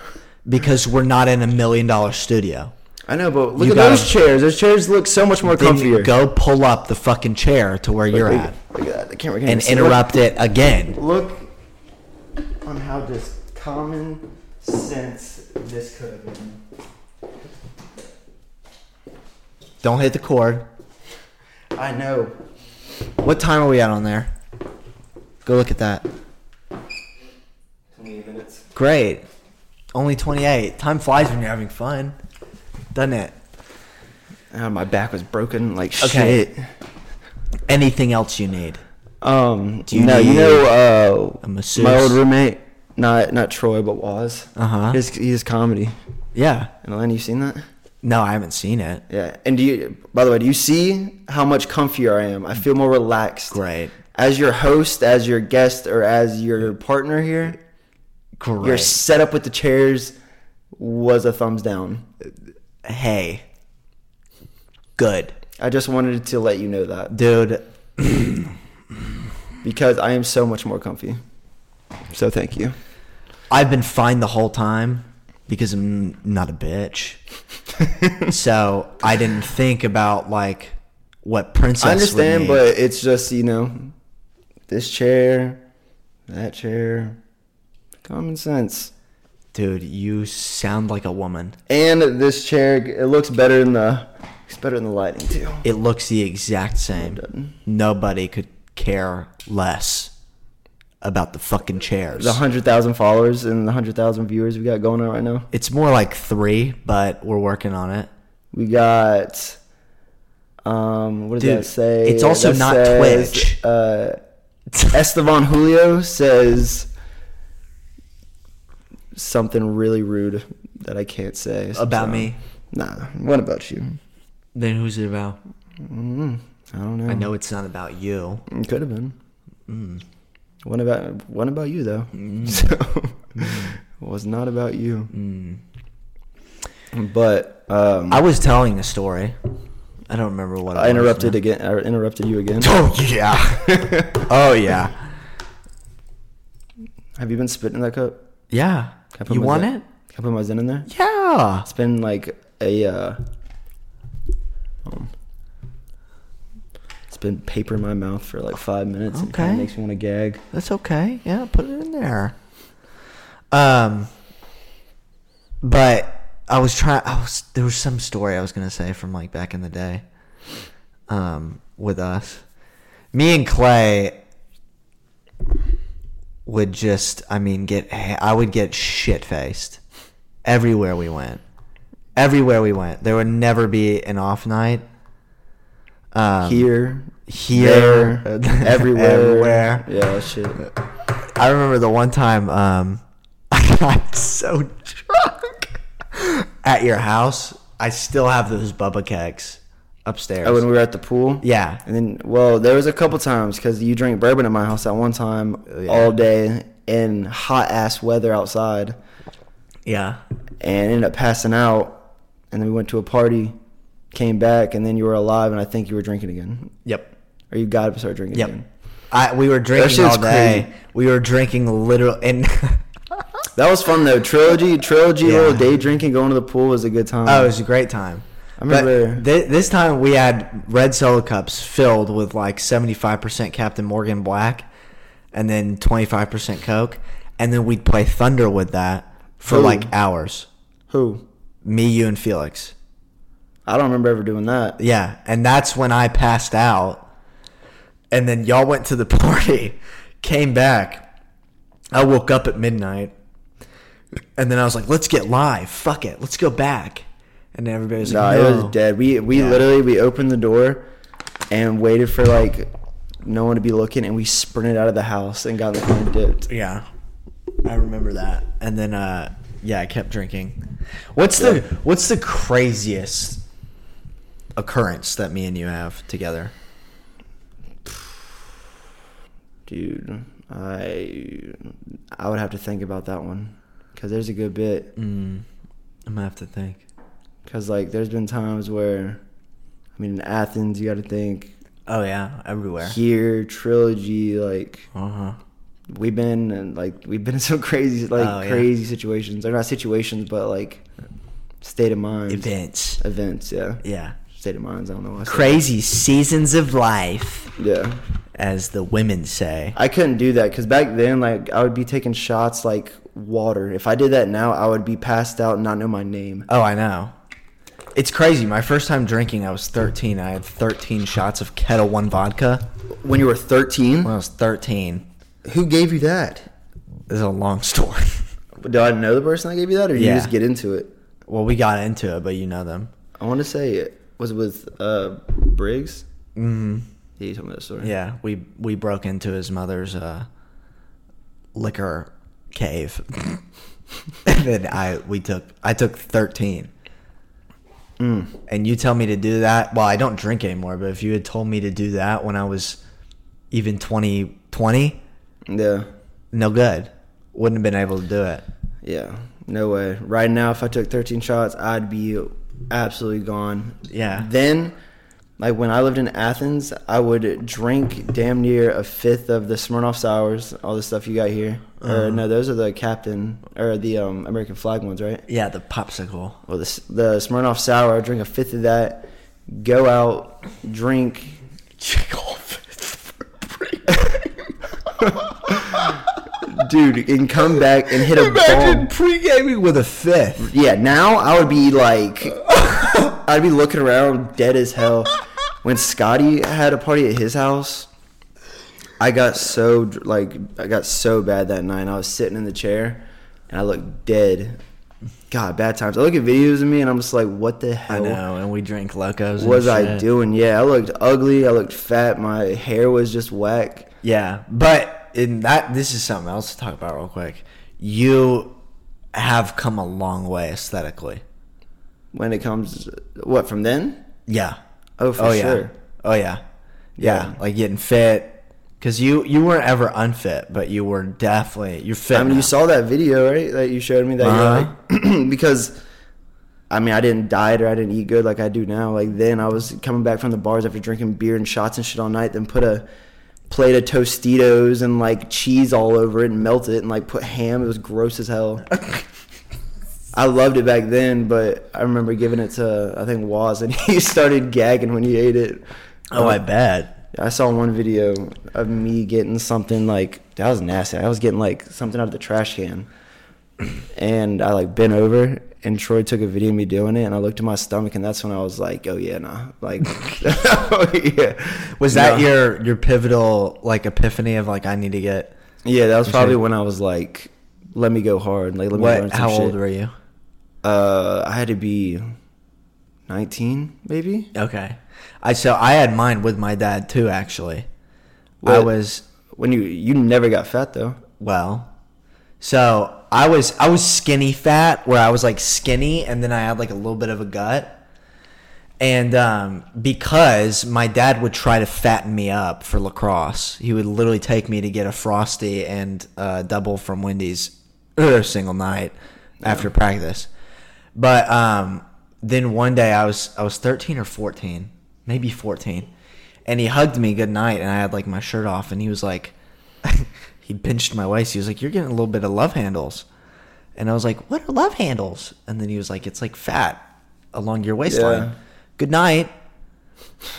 Speaker 2: because we're not in a million dollar studio.
Speaker 1: I know, but look
Speaker 2: You
Speaker 1: at
Speaker 2: gotta-
Speaker 1: those chairs. Those chairs look so much more
Speaker 2: Then
Speaker 1: comfier.
Speaker 2: go pull up the fucking chair to where you're
Speaker 1: look,
Speaker 2: at
Speaker 1: at- look at that. The camera can't even
Speaker 2: and
Speaker 1: see.
Speaker 2: interrupt it again.
Speaker 1: Look, look on how just common sense this could have been.
Speaker 2: Don't hit the cord.
Speaker 1: I know.
Speaker 2: What time are we at on there? Go look at that.
Speaker 1: 28 minutes.
Speaker 2: Great. Only 28. Time flies when you're having fun, doesn't it?
Speaker 1: Oh, my back was broken like
Speaker 2: Okay.
Speaker 1: shit.
Speaker 2: Anything else you need?
Speaker 1: Um,
Speaker 2: you
Speaker 1: no, you
Speaker 2: need
Speaker 1: know, uh,
Speaker 2: masseuse?
Speaker 1: my old roommate, not not Troy, but Waz.
Speaker 2: Uh-huh.
Speaker 1: His his comedy.
Speaker 2: Yeah.
Speaker 1: And Len, you seen that?
Speaker 2: No, I haven't seen it.
Speaker 1: Yeah. And do you? By the way, do you see how much comfier I am? I feel more relaxed.
Speaker 2: Great.
Speaker 1: As your host, as your guest, or as your partner here,
Speaker 2: Great.
Speaker 1: your setup with the chairs was a thumbs down.
Speaker 2: hey, good.
Speaker 1: I just wanted to let you know that
Speaker 2: Dude,
Speaker 1: [CLEARS THROAT] because I am so much more comfy. So thank you.
Speaker 2: I've been fine the whole time because I'm not a bitch. so I didn't think about like what princess.
Speaker 1: I
Speaker 2: would
Speaker 1: understand,
Speaker 2: need.
Speaker 1: but it's just you know, this chair, that chair, common sense.
Speaker 2: dude, you sound like a woman.
Speaker 1: And this chair, it looks better in the, it's better in the lighting too.
Speaker 2: It looks the exact same. Nobody could care less about the fucking chairs.
Speaker 1: The hundred thousand followers and the hundred thousand viewers we got going on right now.
Speaker 2: it's more like three, but we're working on it.
Speaker 1: We got, um, what does
Speaker 2: Dude,
Speaker 1: that say?
Speaker 2: it's also
Speaker 1: That
Speaker 2: not
Speaker 1: says,
Speaker 2: Twitch.
Speaker 1: Uh, Esteban Julio says something really rude that I can't say.
Speaker 2: About
Speaker 1: so-
Speaker 2: me.
Speaker 1: Nah. What about you?
Speaker 2: Then who's it about?
Speaker 1: I don't know.
Speaker 2: I know Mm. it's not about you.
Speaker 1: It could have been. What about what about you though?
Speaker 2: Mm.
Speaker 1: [LAUGHS] So it was not about you. But um,
Speaker 2: Mm. I
Speaker 1: I,
Speaker 2: was telling the story. Mm. I don't remember what it was [LAUGHS] Oh,
Speaker 1: interrupted
Speaker 2: now. [LAUGHS]
Speaker 1: again. I interrupted you again.
Speaker 2: Oh yeah. oh yeah.
Speaker 1: Have you been spitting that cup?
Speaker 2: Yeah.
Speaker 1: Can I put
Speaker 2: You
Speaker 1: my
Speaker 2: want
Speaker 1: zen-
Speaker 2: it?
Speaker 1: Can I put my zen in there?
Speaker 2: Yeah.
Speaker 1: It's been like a. Uh, um, it's been paper in my mouth for like five minutes. and It kind of
Speaker 2: Okay.
Speaker 1: makes me want to gag.
Speaker 2: That's okay. Yeah, put it in there. Um, but I was trying. I was there was some story I was gonna say from like back in the day. Um, with us, me and Clay would just. I mean, get. ha- I would get shit faced everywhere we went. Everywhere we went, there would never be an off night. Um,
Speaker 1: Here,
Speaker 2: here,
Speaker 1: there, everywhere,
Speaker 2: [LAUGHS] everywhere.
Speaker 1: Yeah, shit.
Speaker 2: I remember the one time um, [LAUGHS] I got so drunk at your house. I still have those Bubba kegs upstairs.
Speaker 1: Oh, when we were at the pool.
Speaker 2: yeah,
Speaker 1: And then, well, there was a couple times because you drank bourbon at my house at one time
Speaker 2: yeah.
Speaker 1: all day in hot ass weather outside,
Speaker 2: yeah,
Speaker 1: and ended up passing out. And then we went to a party, came back, and then you were alive, and I think you were drinking again,
Speaker 2: yep,
Speaker 1: or you got up and started drinking
Speaker 2: yep.
Speaker 1: again.
Speaker 2: I, we were drinking
Speaker 1: shit's
Speaker 2: all day.
Speaker 1: crazy.
Speaker 2: We were drinking literal, and [LAUGHS]
Speaker 1: That was fun though. Trilogy, trilogy,
Speaker 2: Yeah.
Speaker 1: little day drinking, going to the pool was a good time.
Speaker 2: oh, it was a great time.
Speaker 1: I remember-
Speaker 2: but thi- this time we had red solo cups filled with like seventy five percent Captain Morgan Black, and then twenty five percent Coke, and then we'd play Thunder with that for
Speaker 1: Ooh.
Speaker 2: like hours.
Speaker 1: who?
Speaker 2: me, you, and Felix.
Speaker 1: I don't remember ever doing that.
Speaker 2: Yeah, and that's when I passed out. And then y'all went to the [LAUGHS] party, came back. I woke up at midnight, and then I was like, "Let's get live. Fuck it, let's go back." And everybody was
Speaker 1: No,
Speaker 2: like,
Speaker 1: it
Speaker 2: "No,
Speaker 1: was dead. We we
Speaker 2: Yeah.
Speaker 1: literally we opened the door and waited for like no one to be looking, and we sprinted out of the house and got in the car and dipped.
Speaker 2: Yeah, I remember that. And then, uh, yeah, I kept drinking. What's the
Speaker 1: Yeah.
Speaker 2: What's the craziest occurrence that me and you have together?
Speaker 1: Dude, I I would have to think about that one because there's a good bit.
Speaker 2: Mm, I'm gonna have to think.
Speaker 1: Because like there's been times where, I mean, in Athens you got to think
Speaker 2: Oh yeah, everywhere.
Speaker 1: here trilogy like
Speaker 2: Uh huh.
Speaker 1: we've been in, like we've been in some crazy like
Speaker 2: Oh, yeah.
Speaker 1: crazy situations. They're not situations, but like state of minds.
Speaker 2: Events.
Speaker 1: Events, yeah.
Speaker 2: Yeah.
Speaker 1: State of minds. I don't know. Why I said
Speaker 2: Crazy seasons of life,
Speaker 1: that. Yeah.
Speaker 2: as the women say.
Speaker 1: I couldn't do that because back then, like, I would be taking shots like water. If I did that now, I would be passed out and not know my name.
Speaker 2: Oh, I know. It's crazy. My first time drinking, I was 13. I had 13 shots of Kettle One vodka
Speaker 1: When you were 13,
Speaker 2: when I was 13.
Speaker 1: who gave you that?
Speaker 2: This is a long [LAUGHS] story.
Speaker 1: Do I know the person that gave you that, or you
Speaker 2: Yeah.
Speaker 1: just get into it?
Speaker 2: well, we got into it, but you know them.
Speaker 1: I want to say it was with uh, Briggs.
Speaker 2: Mm-hmm.
Speaker 1: Yeah, you told me that story.
Speaker 2: Yeah, we we broke into his mother's uh, liquor cave, [LAUGHS] and then I we took I took thirteen.
Speaker 1: Mm.
Speaker 2: and you tell me to do that well i don't drink anymore but if you had told me to do that when i was even 20 20
Speaker 1: Yeah.
Speaker 2: no good wouldn't have been able to do it
Speaker 1: Yeah. No way. Right now, if I took 13 shots, I'd be absolutely gone.
Speaker 2: yeah
Speaker 1: Then, like when I lived in Athens, I would drink damn near a fifth of the Smirnoff sours, all the stuff you got here.
Speaker 2: Uh-huh.
Speaker 1: Or no, those are the Captain or the um, American flag ones, right?
Speaker 2: yeah the popsicle
Speaker 1: Well, the S- the Smirnoff sour, I drink a fifth of that. Go out, drink. Dude, and come back and hit a
Speaker 2: imagine
Speaker 1: bomb.
Speaker 2: pre-gaming with a fifth
Speaker 1: Yeah, now I would be like, I'd be looking around dead as hell. When Scotty had a party at his house, I got so dr- like I got so bad that night. I was sitting in the chair, and I looked dead. God, bad times. I look at videos of me, and I'm just like, what the
Speaker 2: i
Speaker 1: hell
Speaker 2: know and we drank locos and
Speaker 1: was I
Speaker 2: shit.
Speaker 1: doing? Yeah, I looked ugly. I looked fat. My hair was just whack.
Speaker 2: yeah but in that this is something else to talk about real quick you have come a long way aesthetically
Speaker 1: When it comes, what from then?
Speaker 2: yeah
Speaker 1: Oh, for
Speaker 2: oh yeah.
Speaker 1: sure.
Speaker 2: Oh yeah. yeah.
Speaker 1: Yeah.
Speaker 2: like getting fit. Cause you you weren't ever unfit, but you were definitely you're
Speaker 1: I
Speaker 2: fit.
Speaker 1: mean,
Speaker 2: now.
Speaker 1: you saw that video, right? That you showed me that you're
Speaker 2: Uh-huh.
Speaker 1: like, [CLEARS THROAT] because I mean, I didn't diet or I didn't eat good like I do now. Like then, I was coming back from the bars after drinking beer and shots and shit all night. Then put a plate of Tostitos and like cheese all over it and melt it and like put ham. It was gross as
Speaker 2: [LAUGHS]
Speaker 1: hell. I loved it back then, but I remember giving it to I think Waz and [LAUGHS] he started gagging when he ate it.
Speaker 2: Oh, I bet.
Speaker 1: I saw one video of me getting something like that was nasty. I was getting like something out of the trash can, and I like bent over, and Troy took a video of me doing it, and I looked at my stomach, and that's when I was like, "Oh yeah, nah." Like, [LAUGHS] oh, yeah.
Speaker 2: Was that
Speaker 1: Nah.
Speaker 2: your your pivotal like epiphany of like I need to get
Speaker 1: Yeah, that was
Speaker 2: You
Speaker 1: probably
Speaker 2: said-
Speaker 1: when I was like, "Let me go hard." Like, let me learn
Speaker 2: what?
Speaker 1: some
Speaker 2: How
Speaker 1: shit.
Speaker 2: old were you?
Speaker 1: Uh, I had to be nineteen, maybe.
Speaker 2: Okay. I so I had mine with my dad too actually. I
Speaker 1: What?
Speaker 2: was
Speaker 1: When you you never got fat though. [LAUGHS]
Speaker 2: well. So I was I was skinny fat where I was like skinny and then I had like a little bit of a gut. And um, because my dad would try to fatten me up for lacrosse, he would literally take me to get a frosty and a double from Wendy's every single night after practice. But um, then one day I was I was 13 or 14, maybe 14, and he hugged me good night, and I had like my shirt off, and he was like, [LAUGHS] he pinched my waist. He was like, "You're getting a little bit of love handles," and I was like, "What are love handles?" And then he was like, "It's like fat along your waistline."
Speaker 1: Yeah.
Speaker 2: Good night.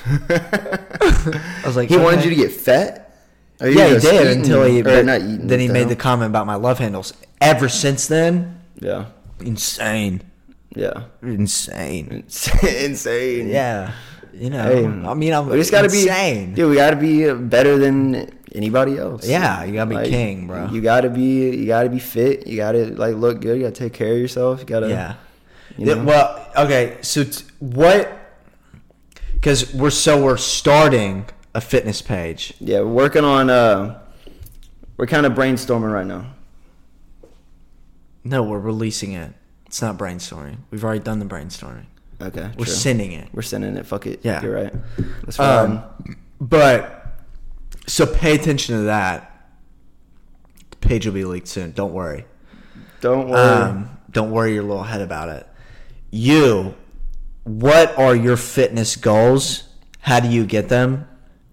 Speaker 2: I was like,
Speaker 1: He wanted
Speaker 2: "Okay."
Speaker 1: you to get fat. Or you
Speaker 2: yeah, he
Speaker 1: just
Speaker 2: did
Speaker 1: eaten-
Speaker 2: until he.
Speaker 1: or
Speaker 2: but
Speaker 1: not eaten,
Speaker 2: then he
Speaker 1: what
Speaker 2: made the
Speaker 1: hell?
Speaker 2: comment about my love handles. Ever since then,
Speaker 1: yeah,
Speaker 2: insane,
Speaker 1: yeah,
Speaker 2: insane.
Speaker 1: [LAUGHS] insane.
Speaker 2: Yeah, you know.
Speaker 1: Hey,
Speaker 2: I mean, I'm.
Speaker 1: we just gotta
Speaker 2: insane.
Speaker 1: be. Dude, we gotta be uh, better than anybody else.
Speaker 2: Yeah, you gotta be king, bro.
Speaker 1: You gotta be. You gotta be fit. You gotta like look good. You gotta take care of yourself. You gotta.
Speaker 2: Yeah.
Speaker 1: you know?
Speaker 2: Yeah, Well, okay. So t- what? Because we're so we're starting a fitness page.
Speaker 1: Yeah, we're working on. uh We're kind of brainstorming right now.
Speaker 2: No, we're releasing it. It's not brainstorming. We've already done the brainstorming.
Speaker 1: Okay.
Speaker 2: We're
Speaker 1: true.
Speaker 2: sending it.
Speaker 1: We're sending it. Fuck it.
Speaker 2: Yeah.
Speaker 1: You're right. That's
Speaker 2: Um,
Speaker 1: fine.
Speaker 2: but so pay attention to that. The page will be leaked soon. Don't worry.
Speaker 1: Don't worry.
Speaker 2: Um, don't worry your little head about it. You, what are your fitness goals? How do you get them?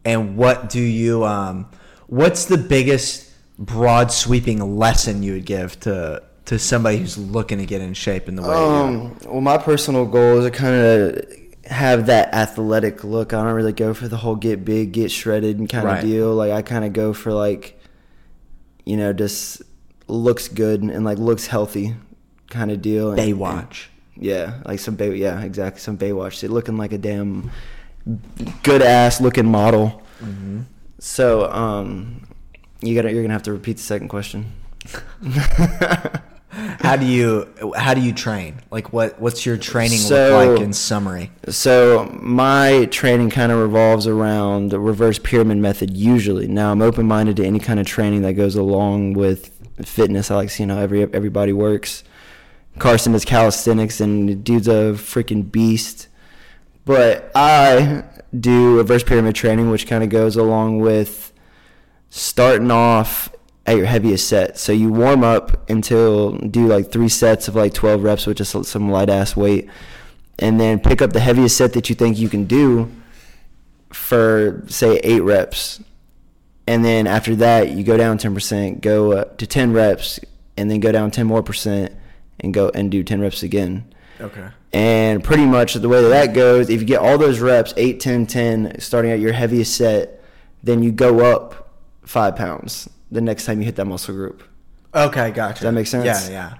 Speaker 2: And what do you? Um, what's the biggest broad sweeping lesson you would give to to somebody who's looking to get in shape in the way? you
Speaker 1: Um, well, my personal goal is to kind of have that athletic look. I don't really go for the whole get big, get shredded and kind of
Speaker 2: Right.
Speaker 1: deal. Like I kind of go for like, you know, just looks good and, like looks healthy kind of deal. And,
Speaker 2: Baywatch.
Speaker 1: yeah, like some Bay. Yeah, exactly. Some Baywatch. They looking like a damn good ass looking model.
Speaker 2: Mm-hmm.
Speaker 1: So, um, you gotta you're gonna have to repeat the second
Speaker 2: [LAUGHS]
Speaker 1: question. [LAUGHS]
Speaker 2: How do you how do you train? Like what what's your
Speaker 1: [LAUGHS]
Speaker 2: training
Speaker 1: So-
Speaker 2: look like in summary?
Speaker 1: So my training kind of revolves around the reverse pyramid method usually. Now I'm open minded to any kind of training that goes along with fitness. I like seeing how every everybody works. Carson does calisthenics and the dude's a freaking beast. But I do reverse pyramid training, which kind of goes along with starting off at your heaviest set. So you warm up until do like three sets of like 12 reps, which is some light ass weight, and then pick up the heaviest set that you think you can do for say eight reps. And then after that, you go down 10%, go up to 10 reps, and then go down 10 more percent and go and do 10 reps again.
Speaker 2: Okay.
Speaker 1: And pretty much the way that, that goes, if you get all those reps, 8, 10, 10, starting at your heaviest set, then you go up five pounds the next time you hit that muscle group.
Speaker 2: Okay, gotcha. Does
Speaker 1: that make sense?
Speaker 2: Yeah, yeah.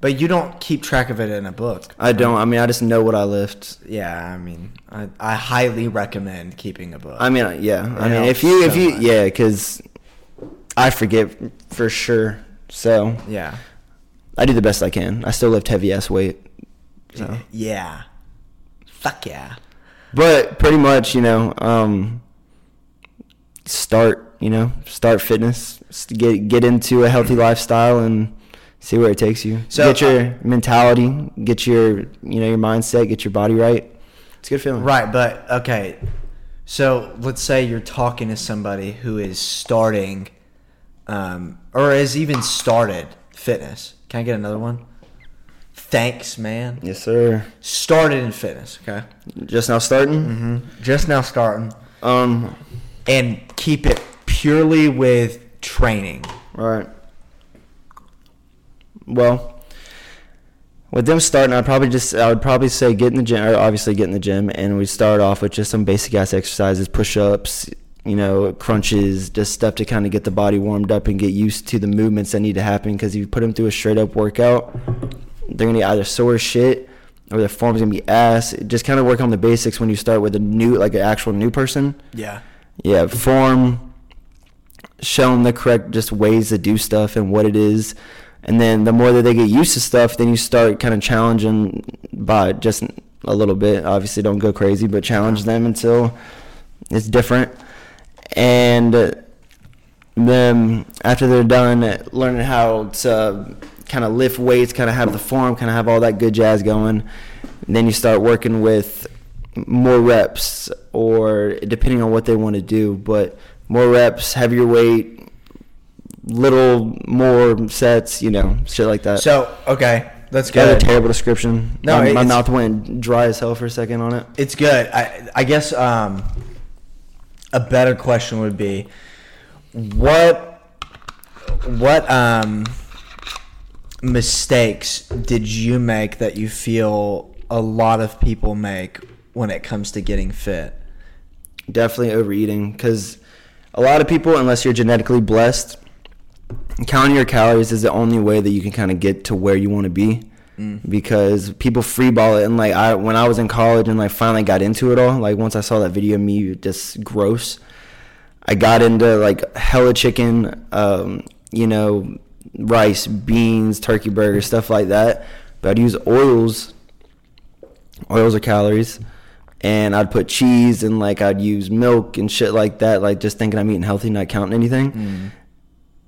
Speaker 2: But you don't keep track of it in a book.
Speaker 1: I don't, I mean, I just know what I lift.
Speaker 2: Yeah, I mean, I, I highly recommend keeping a book.
Speaker 1: I mean, I- yeah. I
Speaker 2: It
Speaker 1: mean, if
Speaker 2: helps
Speaker 1: you, if
Speaker 2: so
Speaker 1: you,
Speaker 2: much.
Speaker 1: yeah, because I forget for sure. So
Speaker 2: yeah,
Speaker 1: I do the best I can. I still lift heavy ass weight. So.
Speaker 2: yeah, fuck yeah.
Speaker 1: But pretty much, you know, um, start, you know, start fitness, s- get get into a healthy lifestyle, and see where it takes you.
Speaker 2: Mm-hmm. So, uh,
Speaker 1: get your mentality, get your you know your mindset, get your body right. It's a good feeling.
Speaker 2: Right, but okay. So let's say you're talking to somebody who is starting, um, or has even started fitness. Can I get another one? Thanks, man.
Speaker 1: Yes, sir.
Speaker 2: Started in fitness. Okay.
Speaker 1: Just now starting.
Speaker 2: Mm-hmm. Just now starting,
Speaker 1: Um,
Speaker 2: and keep it purely with training.
Speaker 1: All right. Well, with them starting, I'd probably just I would probably say get in the gym, or obviously get in the gym, and we start off with just some basic ass exercises, push ups, you know, crunches, just stuff to kind of get the body warmed up and get used to the movements that need to happen. Because if you put them through a straight up workout, they're gonna be either sore as shit or their form's gonna be ass. Just kind of work on the basics when you start with a new, like an actual new person.
Speaker 2: Yeah.
Speaker 1: Yeah, form, show them the correct just ways to do stuff and what it is. And then the more that they get used to stuff, then you start kind of challenging by just a little bit. Obviously, don't go crazy, but challenge them until it's different. And then after they're done learning how to kind of lift weights, kind of have the form, kind of have all that good jazz going, then you start working with more reps or depending on what they want to do, but more reps, heavier weight, little more sets, you know, shit like that.
Speaker 2: So okay, that's
Speaker 1: That was
Speaker 2: good.
Speaker 1: a terrible description.
Speaker 2: No,
Speaker 1: my, my
Speaker 2: it's-
Speaker 1: mouth went dry as hell for a second on it.
Speaker 2: It's good. I I guess um, a better question would be what what um, mistakes did you make that you feel a lot of people make when it comes to getting fit?
Speaker 1: definitely overeating because a lot of people unless you're genetically blessed counting your calories is the only way that you can kind of get to where you want to be because people freeball it and like i when i was in college and like finally got into it all like once i saw that video of me just gross i got into like hella chicken um, you know rice beans turkey burgers stuff like that but i'd use oils oils or calories and I'd put cheese and like I'd use milk and shit like that, like just thinking I'm eating healthy, not counting anything.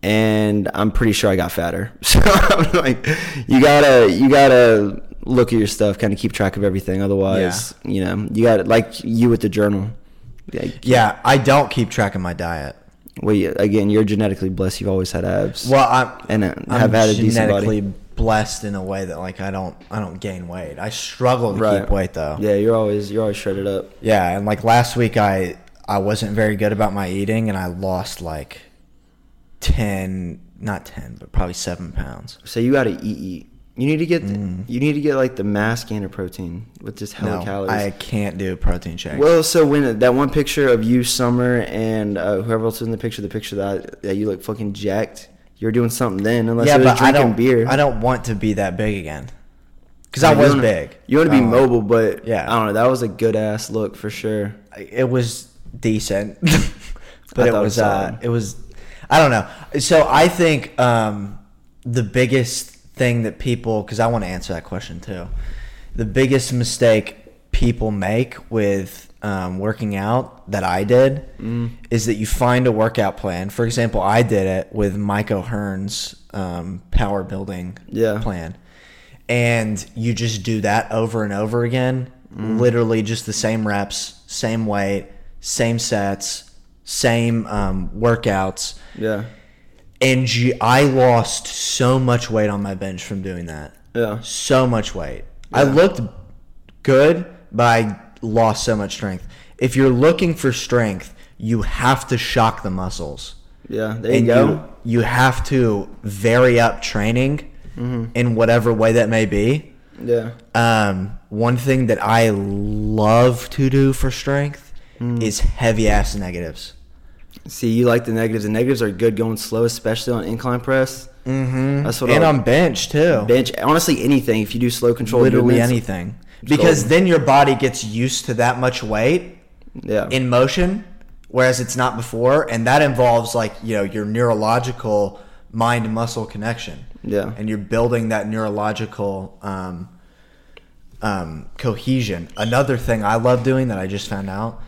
Speaker 1: And I'm pretty sure I got fatter. [LAUGHS] So I'm like, you gotta, you gotta look at your stuff, kind of keep track of everything. Otherwise, you know, you got to like you with the journal. Like,
Speaker 2: Yeah, I don't keep track of my diet.
Speaker 1: well, you, again, you're genetically blessed. You've always had abs.
Speaker 2: Well, I'm
Speaker 1: and uh,
Speaker 2: I'm
Speaker 1: have had a decent
Speaker 2: genetically
Speaker 1: body.
Speaker 2: blessed in a way that like I don't I don't gain weight. I struggle to keep weight though.
Speaker 1: Yeah, you're always you're always shredded up.
Speaker 2: Yeah, and like last week I I wasn't very good about my eating and I lost like 10 not 10 but probably 7 pounds.
Speaker 1: So you got to eat, eat. You need to get you need to get like the mass gainer protein with just hella
Speaker 2: Mm. No,
Speaker 1: calories.
Speaker 2: I can't do protein shakes.
Speaker 1: well, so when uh, that one picture of you, Summer, and uh, whoever else was in the picture, the picture that that you look fucking jacked. You're doing something then, unless
Speaker 2: yeah,
Speaker 1: you're
Speaker 2: but I
Speaker 1: drinking
Speaker 2: don't
Speaker 1: beer.
Speaker 2: I don't want to be that big again. Cuz I
Speaker 1: You
Speaker 2: was
Speaker 1: wanna-
Speaker 2: big.
Speaker 1: You want to be
Speaker 2: Um,
Speaker 1: mobile, but
Speaker 2: Yeah.
Speaker 1: I don't know. That was a good ass look for sure.
Speaker 2: It was decent.
Speaker 1: I
Speaker 2: [LAUGHS] but it
Speaker 1: thought it
Speaker 2: was
Speaker 1: was
Speaker 2: uh
Speaker 1: solid.
Speaker 2: it was I don't know. So I think um the biggest thing that people cuz I want to answer that question too. The biggest mistake people make with um, working out that I did
Speaker 1: Mm.
Speaker 2: is that you find a workout plan. For example, I did it with Mike O'Hearn's um, power building
Speaker 1: Yeah.
Speaker 2: plan. And you just do that over and over again. Literally just the same reps, same weight, same sets, same um, workouts.
Speaker 1: Yeah,
Speaker 2: And you, I lost so much weight on my bench from doing that.
Speaker 1: yeah.
Speaker 2: So much weight. I looked good, but I lost so much strength. If you're looking for strength, you have to shock the muscles
Speaker 1: Yeah, there you
Speaker 2: and
Speaker 1: go.
Speaker 2: you, you have to vary up training
Speaker 1: Mm-hmm.
Speaker 2: in whatever way that may be.
Speaker 1: yeah,
Speaker 2: Um, one thing that I love to do for strength
Speaker 1: Mm.
Speaker 2: is heavy ass negatives.
Speaker 1: see, you like the negatives. The negatives are good going slow, especially on incline press. Mm-hmm. That's what
Speaker 2: and
Speaker 1: I
Speaker 2: on bench too.
Speaker 1: bench. oh, Honestly, anything if you do slow control,
Speaker 2: Literally
Speaker 1: movements,
Speaker 2: anything. Because then your body gets used to that much weight
Speaker 1: Yeah.
Speaker 2: in motion, whereas it's not before, and that involves like, you know, your neurological mind muscle connection.
Speaker 1: yeah.
Speaker 2: and you're building that neurological um, um, cohesion. Another thing I love doing that I just found out.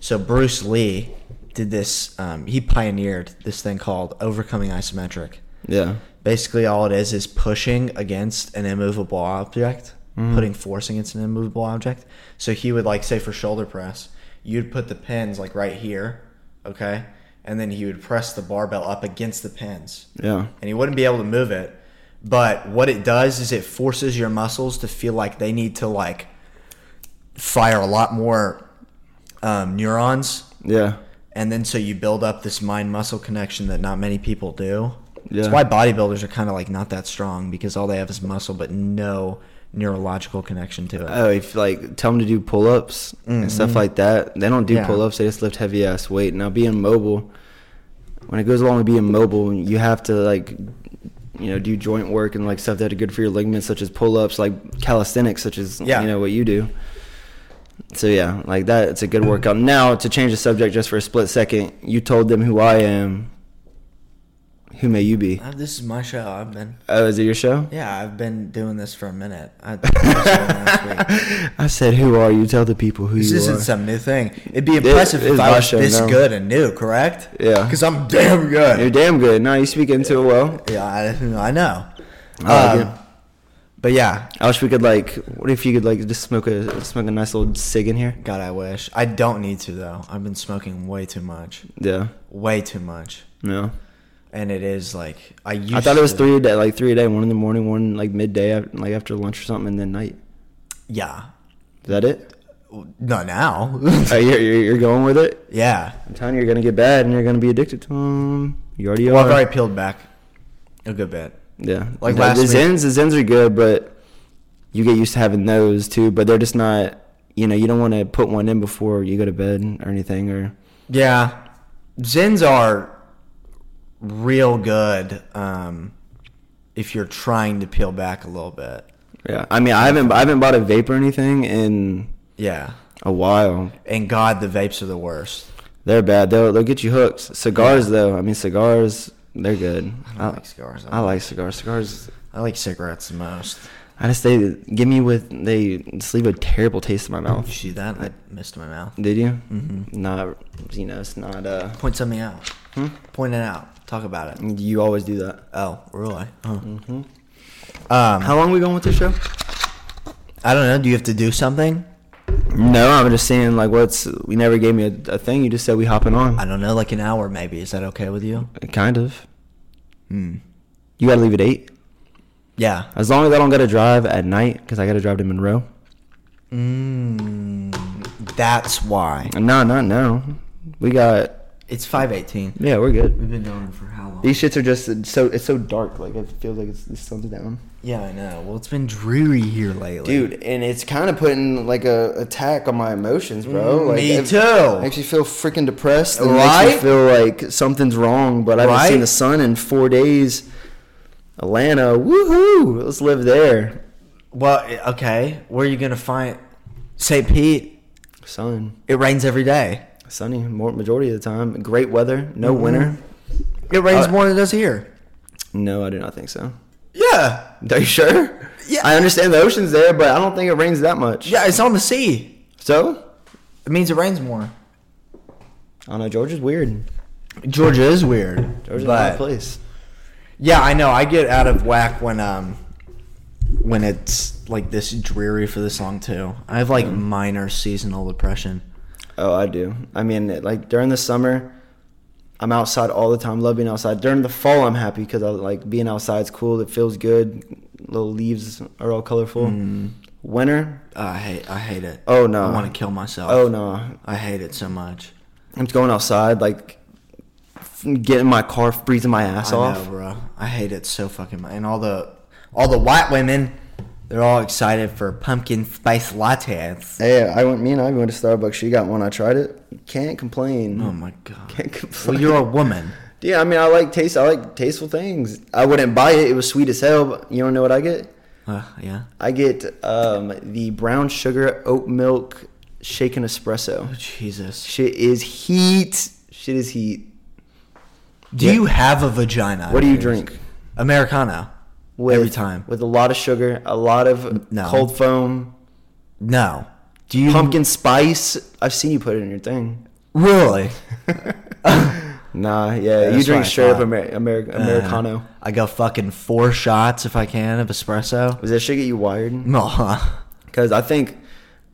Speaker 2: So Bruce Lee did this. Um, he pioneered this thing called overcoming isometric.
Speaker 1: yeah.
Speaker 2: Basically, all it is is pushing against an immovable object, putting force against an immovable object. So he would like say for shoulder press, you'd put the pins like right here, okay, and then he would press the barbell up against the pins
Speaker 1: Yeah.
Speaker 2: and he wouldn't be able to move it. But what it does is it forces your muscles to feel like they need to like fire a lot more um, neurons
Speaker 1: Yeah.
Speaker 2: and then so you build up this mind muscle connection that not many people do.
Speaker 1: Yeah.
Speaker 2: That's why bodybuilders are kind of like not that strong because all they have is muscle, but no neurological connection to it.
Speaker 1: Oh, if like tell them to do pull ups and stuff like that, they don't do
Speaker 2: Mm-hmm. Yeah.
Speaker 1: pull ups. They just lift heavy ass weight. Now being mobile, when it goes along with being mobile, you have to like, you know, do joint work and like stuff that are good for your ligaments, such as pull ups, like calisthenics, such as
Speaker 2: Yeah.
Speaker 1: you know what you do. So yeah, like that. It's a good workout. Now to change the subject just for a split second, you told them who I am. Who may you be?
Speaker 2: Uh, this is my show. I've been
Speaker 1: Oh, is it your
Speaker 2: [LAUGHS]
Speaker 1: show?
Speaker 2: yeah, I've been doing this for a minute. [LAUGHS] I, last week.
Speaker 1: I said, "Who are you?" Tell the people who
Speaker 2: This
Speaker 1: you
Speaker 2: isn't
Speaker 1: are.
Speaker 2: some new thing. It'd be impressive
Speaker 1: it's
Speaker 2: if I
Speaker 1: my
Speaker 2: was
Speaker 1: show
Speaker 2: this
Speaker 1: now.
Speaker 2: good and new, correct?
Speaker 1: Yeah.
Speaker 2: because I'm damn good.
Speaker 1: You're damn good. No, you speak into it well.
Speaker 2: Yeah, I, I know.
Speaker 1: I like
Speaker 2: Um,
Speaker 1: it.
Speaker 2: But yeah,
Speaker 1: I wish we could like. What if you could like just smoke a smoke a nice little cig in here?
Speaker 2: God, I wish. I don't need to though. I've been smoking way too much,
Speaker 1: Yeah.
Speaker 2: way too much,
Speaker 1: No.
Speaker 2: and it is like I used.
Speaker 1: I thought it was
Speaker 2: to-
Speaker 1: three a day, like three a day, one in the morning, one like midday, af- like after lunch or something, and then night.
Speaker 2: Yeah,
Speaker 1: Is that it?
Speaker 2: not now. [LAUGHS]
Speaker 1: Uh, you're, you're, you're going with it.
Speaker 2: yeah,
Speaker 1: I'm telling you, you're gonna get bad, and you're gonna be addicted to them. You already
Speaker 2: well,
Speaker 1: are.
Speaker 2: I've already peeled back a good bit.
Speaker 1: Yeah.
Speaker 2: Like
Speaker 1: the,
Speaker 2: last
Speaker 1: the
Speaker 2: week-
Speaker 1: Zens, the Zens are good, but you get used to having those too. But they're just not. You know, you don't want to put one in before you go to bed or anything. Or
Speaker 2: Yeah, Zins are real good um, if you're trying to peel back a little bit.
Speaker 1: yeah, I mean, I haven't I haven't bought a vape or anything in
Speaker 2: Yeah,
Speaker 1: a while.
Speaker 2: and God, the vapes are the worst.
Speaker 1: They're bad. They'll they'll get you hooked. Cigars though, I mean cigars, they're good.
Speaker 2: I
Speaker 1: I,
Speaker 2: don't like cigars.
Speaker 1: Oh. I like cigars. Cigars,
Speaker 2: I like cigarettes the most.
Speaker 1: I just they give me with they just leave a terrible taste in my
Speaker 2: You
Speaker 1: mouth.
Speaker 2: see that? I missed my mouth.
Speaker 1: Did you? Mm-hmm. Not you know it's not uh.
Speaker 2: Point something out.
Speaker 1: Hmm?
Speaker 2: Point it out. Talk about it.
Speaker 1: You always do that.
Speaker 2: Oh, really? Huh.
Speaker 1: Mm-hmm.
Speaker 2: Um,
Speaker 1: How long we going with this show?
Speaker 2: I don't know. Do you have to do something?
Speaker 1: No, I'm just saying like what's you never gave me a, a thing. You just said we hopping
Speaker 2: I
Speaker 1: on.
Speaker 2: don't know. Like an hour, maybe. Is that okay with you?
Speaker 1: Kind of. Hmm. You gotta leave at eight.
Speaker 2: Yeah.
Speaker 1: As long as I don't gotta drive at night because I gotta drive to Monroe.
Speaker 2: Mm, that's why.
Speaker 1: No, not now. We got
Speaker 2: It's five eighteen.
Speaker 1: yeah, we're good.
Speaker 2: We've been going for how long?
Speaker 1: These shits are just so it's so dark. Like it feels like it's the sun's down,
Speaker 2: Yeah, I know. Well, it's been dreary here lately,
Speaker 1: dude. And it's kind of putting like a attack on my emotions, bro.
Speaker 2: Mm,
Speaker 1: like,
Speaker 2: me
Speaker 1: it
Speaker 2: too.
Speaker 1: Makes you feel freaking depressed. and
Speaker 2: Right?
Speaker 1: Makes you feel like something's wrong. But I haven't
Speaker 2: Right?
Speaker 1: seen the sun in four days. Atlanta, woohoo! Let's live there.
Speaker 2: Well, eh, okay. Where are you gonna find St. Pete?
Speaker 1: Sun,
Speaker 2: It rains every day.
Speaker 1: sunny, more majority of the time. Great weather, no winter.
Speaker 2: It rains
Speaker 1: Uh,
Speaker 2: more than it does here.
Speaker 1: No, I do not think so.
Speaker 2: Yeah.
Speaker 1: Are you sure?
Speaker 2: Yeah.
Speaker 1: I understand the ocean's there, but I don't think it rains that much.
Speaker 2: Yeah, it's on the sea.
Speaker 1: So,
Speaker 2: It means it rains more.
Speaker 1: I don't know. Georgia's weird.
Speaker 2: Georgia is weird.
Speaker 1: Georgia's a
Speaker 2: but
Speaker 1: weird place.
Speaker 2: yeah, I know. I get out of whack when um when it's like this dreary for this long too. I have like minor seasonal depression.
Speaker 1: Oh, I do. I mean, it- like during the summer, I'm outside all the time. Love being outside. During the fall, I'm happy because I like being outside's cool. It feels good. Little leaves are all colorful. Winter.
Speaker 2: I hate I hate it.
Speaker 1: Oh, no.
Speaker 2: Mm-hmm. I want to kill myself.
Speaker 1: Oh no,
Speaker 2: I hate it so much.
Speaker 1: I'm just going outside. Like getting in my car, freezing my ass
Speaker 2: I
Speaker 1: off.
Speaker 2: know, bro. I hate it so fucking much. And all the all the white women, they're all excited for pumpkin spice lattes.
Speaker 1: Hey, I went. Me and I went to Starbucks. She got one. I tried it. Can't complain.
Speaker 2: Oh my god.
Speaker 1: Can't complain. [LAUGHS]
Speaker 2: Well, you're a woman.
Speaker 1: yeah, I mean, I like taste. I like tasteful things. I wouldn't buy it. It was sweet as hell. But you don't know what I get.
Speaker 2: Uh, yeah.
Speaker 1: I get um, the brown sugar oat milk shaken espresso.
Speaker 2: Oh, Jesus.
Speaker 1: Shit is heat. Shit is heat.
Speaker 2: Do you have a vagina?
Speaker 1: What do you drink?
Speaker 2: Americano.
Speaker 1: With,
Speaker 2: Every time.
Speaker 1: With a lot of sugar, a lot of
Speaker 2: No.
Speaker 1: cold foam,
Speaker 2: No. Do you
Speaker 1: pumpkin spice. I've seen you put it in your
Speaker 2: [LAUGHS]
Speaker 1: thing.
Speaker 2: really?
Speaker 1: Nah, yeah, you
Speaker 2: that's what I
Speaker 1: drink straight up
Speaker 2: thought.
Speaker 1: Amer- Amer- [LAUGHS] Americano.
Speaker 2: Uh, I go fucking four shots if I can of espresso. [LAUGHS]
Speaker 1: Was that shit get you wired?
Speaker 2: No. huh?
Speaker 1: Because I think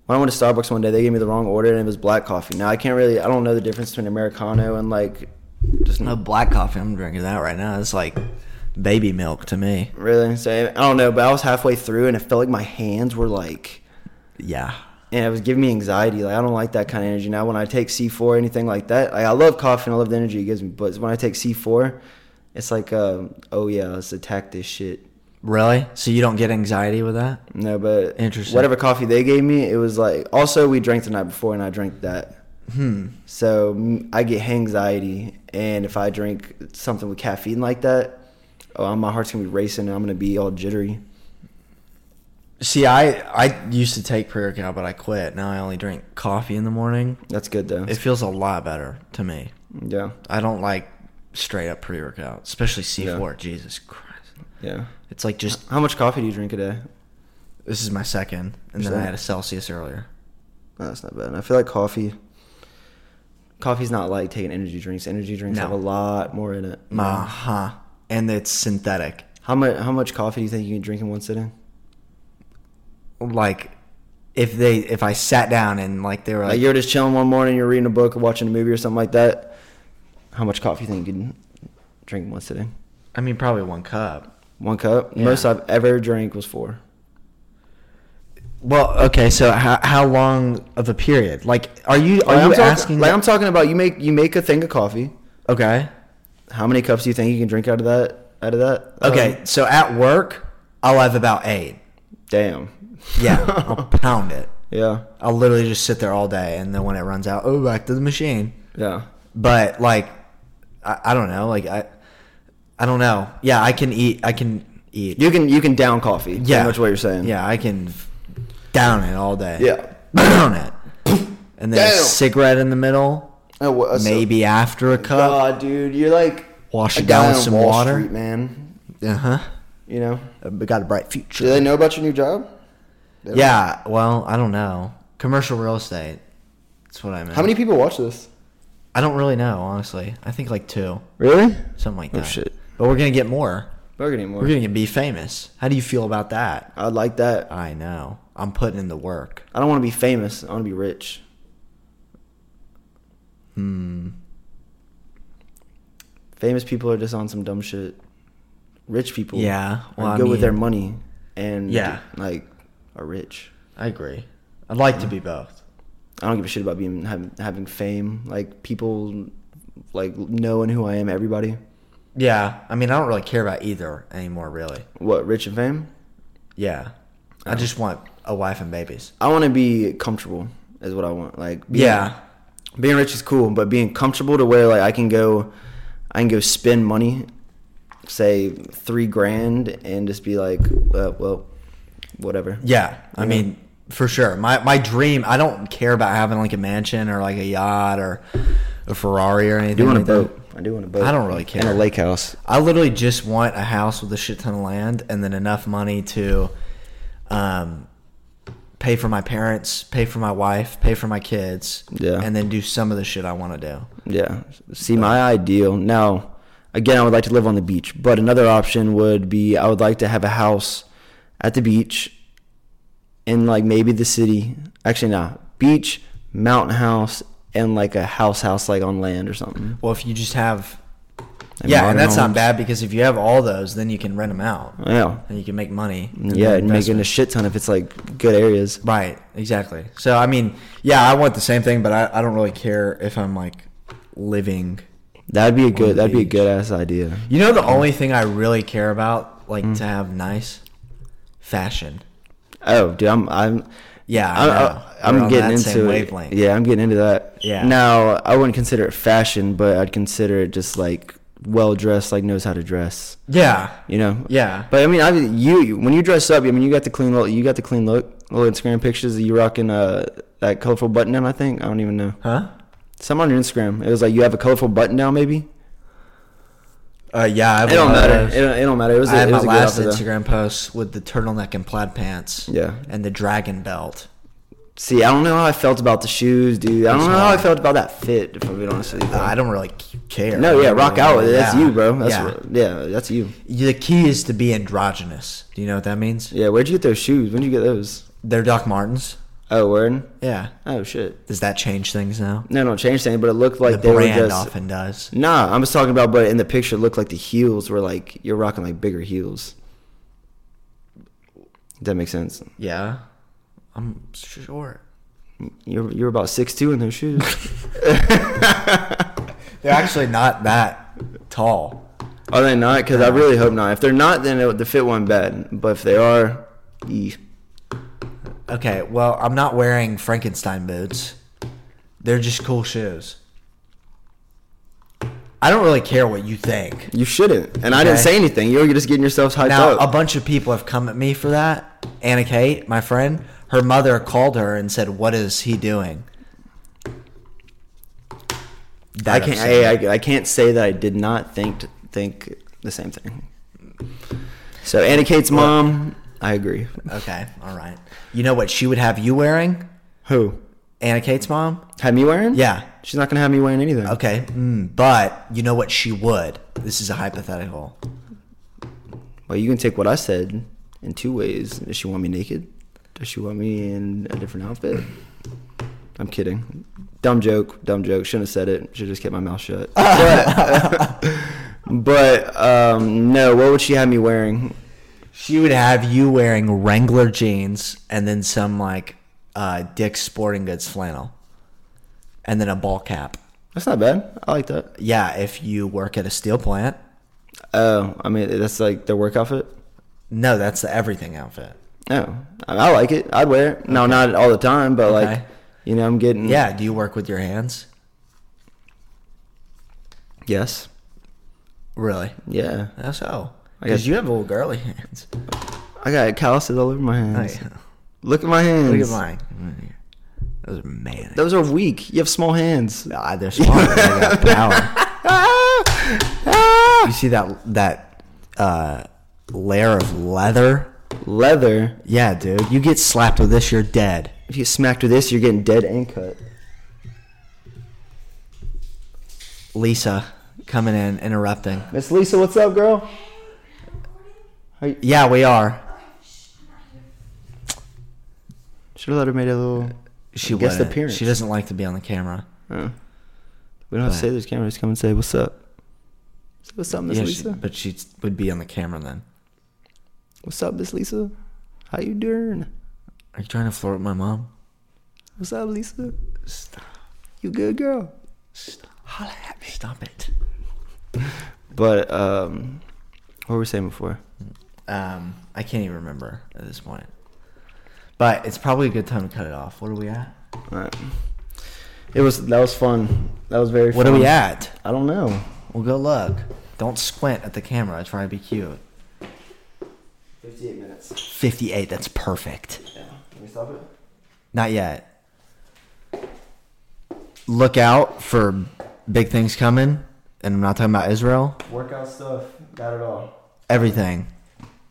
Speaker 1: when I went to Starbucks one day, they gave me the wrong order and it was black coffee. Now I can't really, I don't know the difference between Americano and like just
Speaker 2: No black coffee. I'm drinking that right now. It's like baby milk to me.
Speaker 1: Really? So I don't know, but I was halfway through and it felt like my hands were like
Speaker 2: Yeah.
Speaker 1: and it was giving me anxiety. Like I don't like that kind of energy. Now when I take C four, anything like that, like, I love coffee and I love the energy it gives me. But when I take C four, it's like, uh, oh yeah, let's attack this shit.
Speaker 2: Really? So you don't get anxiety with that?
Speaker 1: No, but
Speaker 2: Interesting.
Speaker 1: Whatever coffee they gave me, it was like. Also, we drank the night before, and I drank that.
Speaker 2: Hmm.
Speaker 1: So mm, I get anxiety, and if I drink something with caffeine like that, oh, my heart's gonna be racing, and I'm gonna be all jittery.
Speaker 2: See, I I used to take pre workout, but I quit. Now I only drink coffee in the morning.
Speaker 1: That's good though.
Speaker 2: It feels a lot better to me.
Speaker 1: yeah,
Speaker 2: I don't like straight up pre workout, especially C four. Jesus Christ,
Speaker 1: yeah.
Speaker 2: it's like just
Speaker 1: How much coffee do you drink a day?
Speaker 2: this is my second, and then I had a Celsius earlier.
Speaker 1: No, Oh, that's not bad. And I feel like coffee. Coffee's not like taking energy drinks. Energy drinks
Speaker 2: No.
Speaker 1: have a lot more in it.
Speaker 2: Uh huh. And it's synthetic.
Speaker 1: How much? How much coffee do you think you can drink in one sitting?
Speaker 2: Like if they if I sat down and like they were
Speaker 1: Like
Speaker 2: like,
Speaker 1: you're just chilling one morning, you're reading a book, or watching a movie, or something like that. How much coffee do you think you can drink in one sitting?
Speaker 2: I mean, probably one cup.
Speaker 1: One cup.
Speaker 2: Yeah.
Speaker 1: Most I've ever drank was four.
Speaker 2: Well, okay. So how how long of a period? Like, are you
Speaker 1: Like,
Speaker 2: are you
Speaker 1: I'm talking-
Speaker 2: asking?
Speaker 1: like I'm talking about you make you make a thing of coffee.
Speaker 2: okay.
Speaker 1: How many cups do you think you can drink out of that? Out of that?
Speaker 2: Okay.
Speaker 1: Um,
Speaker 2: so at work, I'll have about eight.
Speaker 1: damn.
Speaker 2: Yeah, I'll pound it.
Speaker 1: [LAUGHS] Yeah.
Speaker 2: I'll literally just sit there all day, and then when it runs out, oh, back to the machine.
Speaker 1: Yeah.
Speaker 2: But like, I, I don't know. Like I, I don't know. Yeah, I can eat. I can eat.
Speaker 1: You can you can down coffee. Yeah.
Speaker 2: Yeah.
Speaker 1: Pretty much what you're saying.
Speaker 2: Yeah, I can down it all day.
Speaker 1: Yeah. [COUGHS]
Speaker 2: down it, and then a
Speaker 1: Down.
Speaker 2: cigarette in the middle.
Speaker 1: Oh, what- so-
Speaker 2: Maybe after a cup.
Speaker 1: God, dude, you're like
Speaker 2: Wash
Speaker 1: a
Speaker 2: it down
Speaker 1: guy
Speaker 2: with
Speaker 1: on
Speaker 2: some
Speaker 1: Wall
Speaker 2: water.
Speaker 1: Street, man.
Speaker 2: Uh huh.
Speaker 1: You know?
Speaker 2: We got a bright future.
Speaker 1: Do they know about your new job? They don't.
Speaker 2: Yeah. Well, I don't know. Commercial real estate. That's what I meant.
Speaker 1: How many people watch this?
Speaker 2: I don't really know, honestly. I think like two,
Speaker 1: Really?
Speaker 2: something like
Speaker 1: Oh
Speaker 2: that.
Speaker 1: shit.
Speaker 2: But we're gonna get more.
Speaker 1: Bugger anymore.
Speaker 2: We're gonna be famous. How do you feel about that?
Speaker 1: I'd like that.
Speaker 2: I know. I'm putting in the work.
Speaker 1: I don't want to be famous. I want to be rich. Hmm. Famous people are just on some dumb shit. Rich people,
Speaker 2: Yeah, well,
Speaker 1: are
Speaker 2: I
Speaker 1: good with their
Speaker 2: mean-
Speaker 1: money and
Speaker 2: Yeah.
Speaker 1: like are rich.
Speaker 2: I agree. I'd like to be both.
Speaker 1: I don't give a shit about being having, having fame. Like people, like knowing who I am. Everybody.
Speaker 2: Yeah. I mean, I don't really care about either anymore, really.
Speaker 1: What rich and fame?
Speaker 2: Yeah. I just want a wife and babies.
Speaker 1: I want to be comfortable. Is what I want. Like being-
Speaker 2: Yeah.
Speaker 1: being rich is cool, but being comfortable to where like I can go, I can go spend money, say three grand, and just be like, uh, well, whatever.
Speaker 2: Yeah. I
Speaker 1: Yeah.
Speaker 2: mean, for sure. My my dream. I don't care about having like a mansion or like a yacht or a Ferrari or anything.
Speaker 1: I do want a
Speaker 2: like that.
Speaker 1: boat. I do want a boat.
Speaker 2: I don't really care.
Speaker 1: And a lake house.
Speaker 2: I literally just want a house with a shit ton of land and then enough money to um, pay for my parents, pay for my wife, pay for my kids,
Speaker 1: Yeah.
Speaker 2: and then do some of the shit I want to do.
Speaker 1: Yeah. See, my ideal now. Again, I would like to live on the beach, but another option would be I would like to have a house at the beach, in like maybe the city. Actually, nah, beach, mountain house, and like a house house like on land or something.
Speaker 2: Well, if you just have,
Speaker 1: And
Speaker 2: yeah,
Speaker 1: modern
Speaker 2: and that's
Speaker 1: homes.
Speaker 2: not bad because if you have all those, then you can rent them out
Speaker 1: Yeah.
Speaker 2: and you can make money.
Speaker 1: Yeah, and making
Speaker 2: Mm-hmm. investment.
Speaker 1: a shit ton if it's like good areas.
Speaker 2: Right, exactly. So I mean, yeah, I want the same thing, but I, I don't really care if I'm like living
Speaker 1: That'd be a good. That'd be a
Speaker 2: beach.
Speaker 1: good ass idea.
Speaker 2: You know
Speaker 1: Mm.
Speaker 2: the only thing I really care about, like to have nice fashion.
Speaker 1: Oh, dude, I'm I'm
Speaker 2: Yeah, I
Speaker 1: I'm,
Speaker 2: know.
Speaker 1: I, am
Speaker 2: We're on
Speaker 1: getting
Speaker 2: that
Speaker 1: into
Speaker 2: same
Speaker 1: it.
Speaker 2: wavelength.
Speaker 1: Yeah, I'm getting into that.
Speaker 2: Yeah.
Speaker 1: Now I wouldn't consider it fashion, but I'd consider it just like well dressed, like knows how to dress.
Speaker 2: Yeah,
Speaker 1: You know.
Speaker 2: yeah,
Speaker 1: But I mean, I you you- when you dress up, I mean, you got the clean look. You got the clean look. Little Instagram pictures of you rocking uh that colorful button down. I think I don't even know.
Speaker 2: huh?
Speaker 1: Some on your Instagram. It was like you have a colorful button down, maybe.
Speaker 2: Uh, yeah, I
Speaker 1: It don't matter. It don't, it don't matter. It was.
Speaker 2: I
Speaker 1: a-
Speaker 2: had
Speaker 1: it
Speaker 2: my
Speaker 1: was a good
Speaker 2: last
Speaker 1: outfit, though.
Speaker 2: Instagram post with the turtleneck and plaid pants.
Speaker 1: Yeah.
Speaker 2: and the dragon belt.
Speaker 1: See, I don't know how I felt about the shoes, dude. I don't
Speaker 2: It's
Speaker 1: know how I
Speaker 2: hard.
Speaker 1: felt about that fit, if I'm being honest with you.
Speaker 2: I don't really care.
Speaker 1: no, yeah, rock out with it. That's
Speaker 2: Oh, Yeah.
Speaker 1: you, bro. That's
Speaker 2: yeah.
Speaker 1: yeah. yeah, that's you.
Speaker 2: The key is to be androgynous. Do you know what that means?
Speaker 1: Yeah, where'd you get those shoes? When'd you get those?
Speaker 2: They're Doc Martens.
Speaker 1: Oh, word.
Speaker 2: Yeah.
Speaker 1: Oh shit.
Speaker 2: Does that change things now?
Speaker 1: No, don't change anything, but it looked like
Speaker 2: the
Speaker 1: they were
Speaker 2: brand
Speaker 1: just.
Speaker 2: often does.
Speaker 1: Nah, I'm just talking about, but in the picture, it looked like the heels were like you're rocking like bigger heels. Does that make sense?
Speaker 2: Yeah. I'm short.
Speaker 1: You're you're about six two in those
Speaker 2: [LAUGHS]
Speaker 1: shoes.
Speaker 2: They're actually not that tall.
Speaker 1: Are they Oh, not? Because I really hope not. If they're not, then it, the fit one bad. But if they are, e.
Speaker 2: Okay, well, I'm not wearing Frankenstein boots. They're just cool shoes. I don't really care what you think.
Speaker 1: you shouldn't. And I didn't
Speaker 2: Okay.
Speaker 1: say anything. You're just getting yourselves hyped
Speaker 2: Now, a
Speaker 1: up.
Speaker 2: bunch of people have come at me for that. Anna Kate, my friend, her mother called her and said, "What is he doing?" That
Speaker 1: I can't.
Speaker 2: upset me.
Speaker 1: I, I, I can't say that I did not think think the same thing. So Anna Kate's mom, I agree.
Speaker 2: Okay, all right. You know what she would have you wearing?
Speaker 1: Who?
Speaker 2: Anna Kate's mom?
Speaker 1: Have me wearing?
Speaker 2: Yeah.
Speaker 1: She's not gonna have me wearing anything.
Speaker 2: Okay. Mm, but you know what she would? This is a hypothetical.
Speaker 1: Well, you can take what I said in two ways. Does she want me naked? Does she want me in a different outfit? I'm kidding. Dumb joke. Dumb joke. Shouldn't have said it. Should have just kept my mouth
Speaker 2: [LAUGHS]
Speaker 1: shut. But, [LAUGHS] but um, no. What would she have me wearing?
Speaker 2: She would have you wearing Wrangler jeans and then some like uh, Dick's Sporting Goods flannel and then a ball cap.
Speaker 1: That's not bad. I like that.
Speaker 2: Yeah, if you work at a steel plant.
Speaker 1: Oh, I mean, that's like their work outfit.
Speaker 2: No, that's the everything outfit.
Speaker 1: No, I, I like it. I'd wear it. No, not all the time, but like,
Speaker 2: Okay.
Speaker 1: you know, I'm getting
Speaker 2: Yeah, do you work with your hands?
Speaker 1: Yes.
Speaker 2: Really?
Speaker 1: Yeah.
Speaker 2: How so?
Speaker 1: I guess-
Speaker 2: Because you have little girly hands.
Speaker 1: I got calluses all over my
Speaker 2: Oh,
Speaker 1: hands.
Speaker 2: yeah.
Speaker 1: Look at my hands.
Speaker 2: Look at mine. Those are man.
Speaker 1: Those are weak. You have small hands.
Speaker 2: Ah, they're small.
Speaker 1: [LAUGHS]
Speaker 2: they got power.
Speaker 1: Ah!
Speaker 2: You see that that uh, layer of leather?
Speaker 1: Leather.
Speaker 2: Yeah, dude. You get slapped with this, you're dead.
Speaker 1: If you get smacked with this, you're getting dead and cut.
Speaker 2: Lisa coming in, interrupting.
Speaker 1: Miss Lisa, what's up, girl?
Speaker 2: Yeah, we are.
Speaker 1: Should have let her made a little.
Speaker 2: She
Speaker 1: Guess the
Speaker 2: wouldn't.
Speaker 1: appearance.
Speaker 2: She doesn't like to be on the camera.
Speaker 1: Uh, we don't have to say there's cameras. Come and say what's up. Say what's up, Miss
Speaker 2: Yeah, she,
Speaker 1: Lisa.
Speaker 2: but she would be on the camera then.
Speaker 1: what's up, Miss Lisa? How you doing?
Speaker 2: Are you trying to flirt with my mom?
Speaker 1: What's up, Lisa?
Speaker 2: Stop.
Speaker 1: You good, girl?
Speaker 2: Stop. Holla at me. Stop it.
Speaker 1: But um, what were we saying before?
Speaker 2: Um, I can't even remember at this point. But it's probably a good time to cut it off. What are we at?
Speaker 1: All right. It was that was fun. That was very.
Speaker 2: What are
Speaker 1: fun.
Speaker 2: we at?
Speaker 1: I don't know.
Speaker 2: Well, go look. Don't squint at the camera. Try to be cute.
Speaker 1: Fifty-eight minutes.
Speaker 2: 58. That's perfect.
Speaker 1: Yeah. Can we stop it?
Speaker 2: Not yet. Look out for big things coming. And I'm not talking about Israel.
Speaker 1: Workout stuff. Got it all.
Speaker 2: Everything.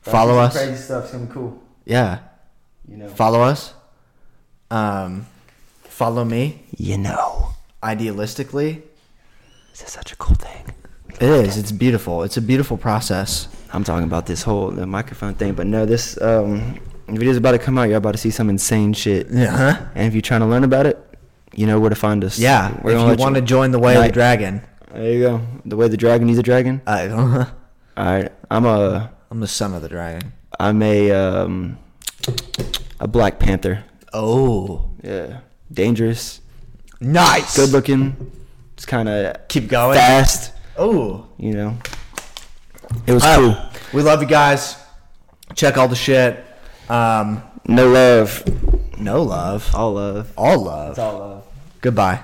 Speaker 2: Follow us.
Speaker 1: stuff. Some cool.
Speaker 2: Yeah.
Speaker 1: You know.
Speaker 2: Follow us. Um, follow me.
Speaker 1: you know.
Speaker 2: Idealistically,
Speaker 1: This is such a cool thing.
Speaker 2: it is. It's beautiful. It's a beautiful process.
Speaker 1: I'm talking about this whole the microphone thing, but no, this um, video's about to come out. You're about to see some insane shit.
Speaker 2: Yeah. Huh?
Speaker 1: And if you're trying to learn about it, you know where to find us.
Speaker 2: Yeah.
Speaker 1: We're
Speaker 2: if
Speaker 1: gonna
Speaker 2: you
Speaker 1: let
Speaker 2: want to join the way of
Speaker 1: Night.
Speaker 2: the dragon,
Speaker 1: There you go. The way the dragon needs a dragon.
Speaker 2: I, [LAUGHS] uh,
Speaker 1: All right. I'm a.
Speaker 2: I'm the son of the dragon.
Speaker 1: I'm a. Um, a Black Panther.
Speaker 2: Oh,
Speaker 1: Yeah. Dangerous.
Speaker 2: nice.
Speaker 1: Good looking. It's kind of
Speaker 2: Keep going.
Speaker 1: fast.
Speaker 2: Oh,
Speaker 1: You know. It was
Speaker 2: Uh, we love you guys. Check all the shit. Um,
Speaker 1: cool. No love.
Speaker 2: no love.
Speaker 1: All love.
Speaker 2: All love.
Speaker 1: All love.
Speaker 2: Goodbye.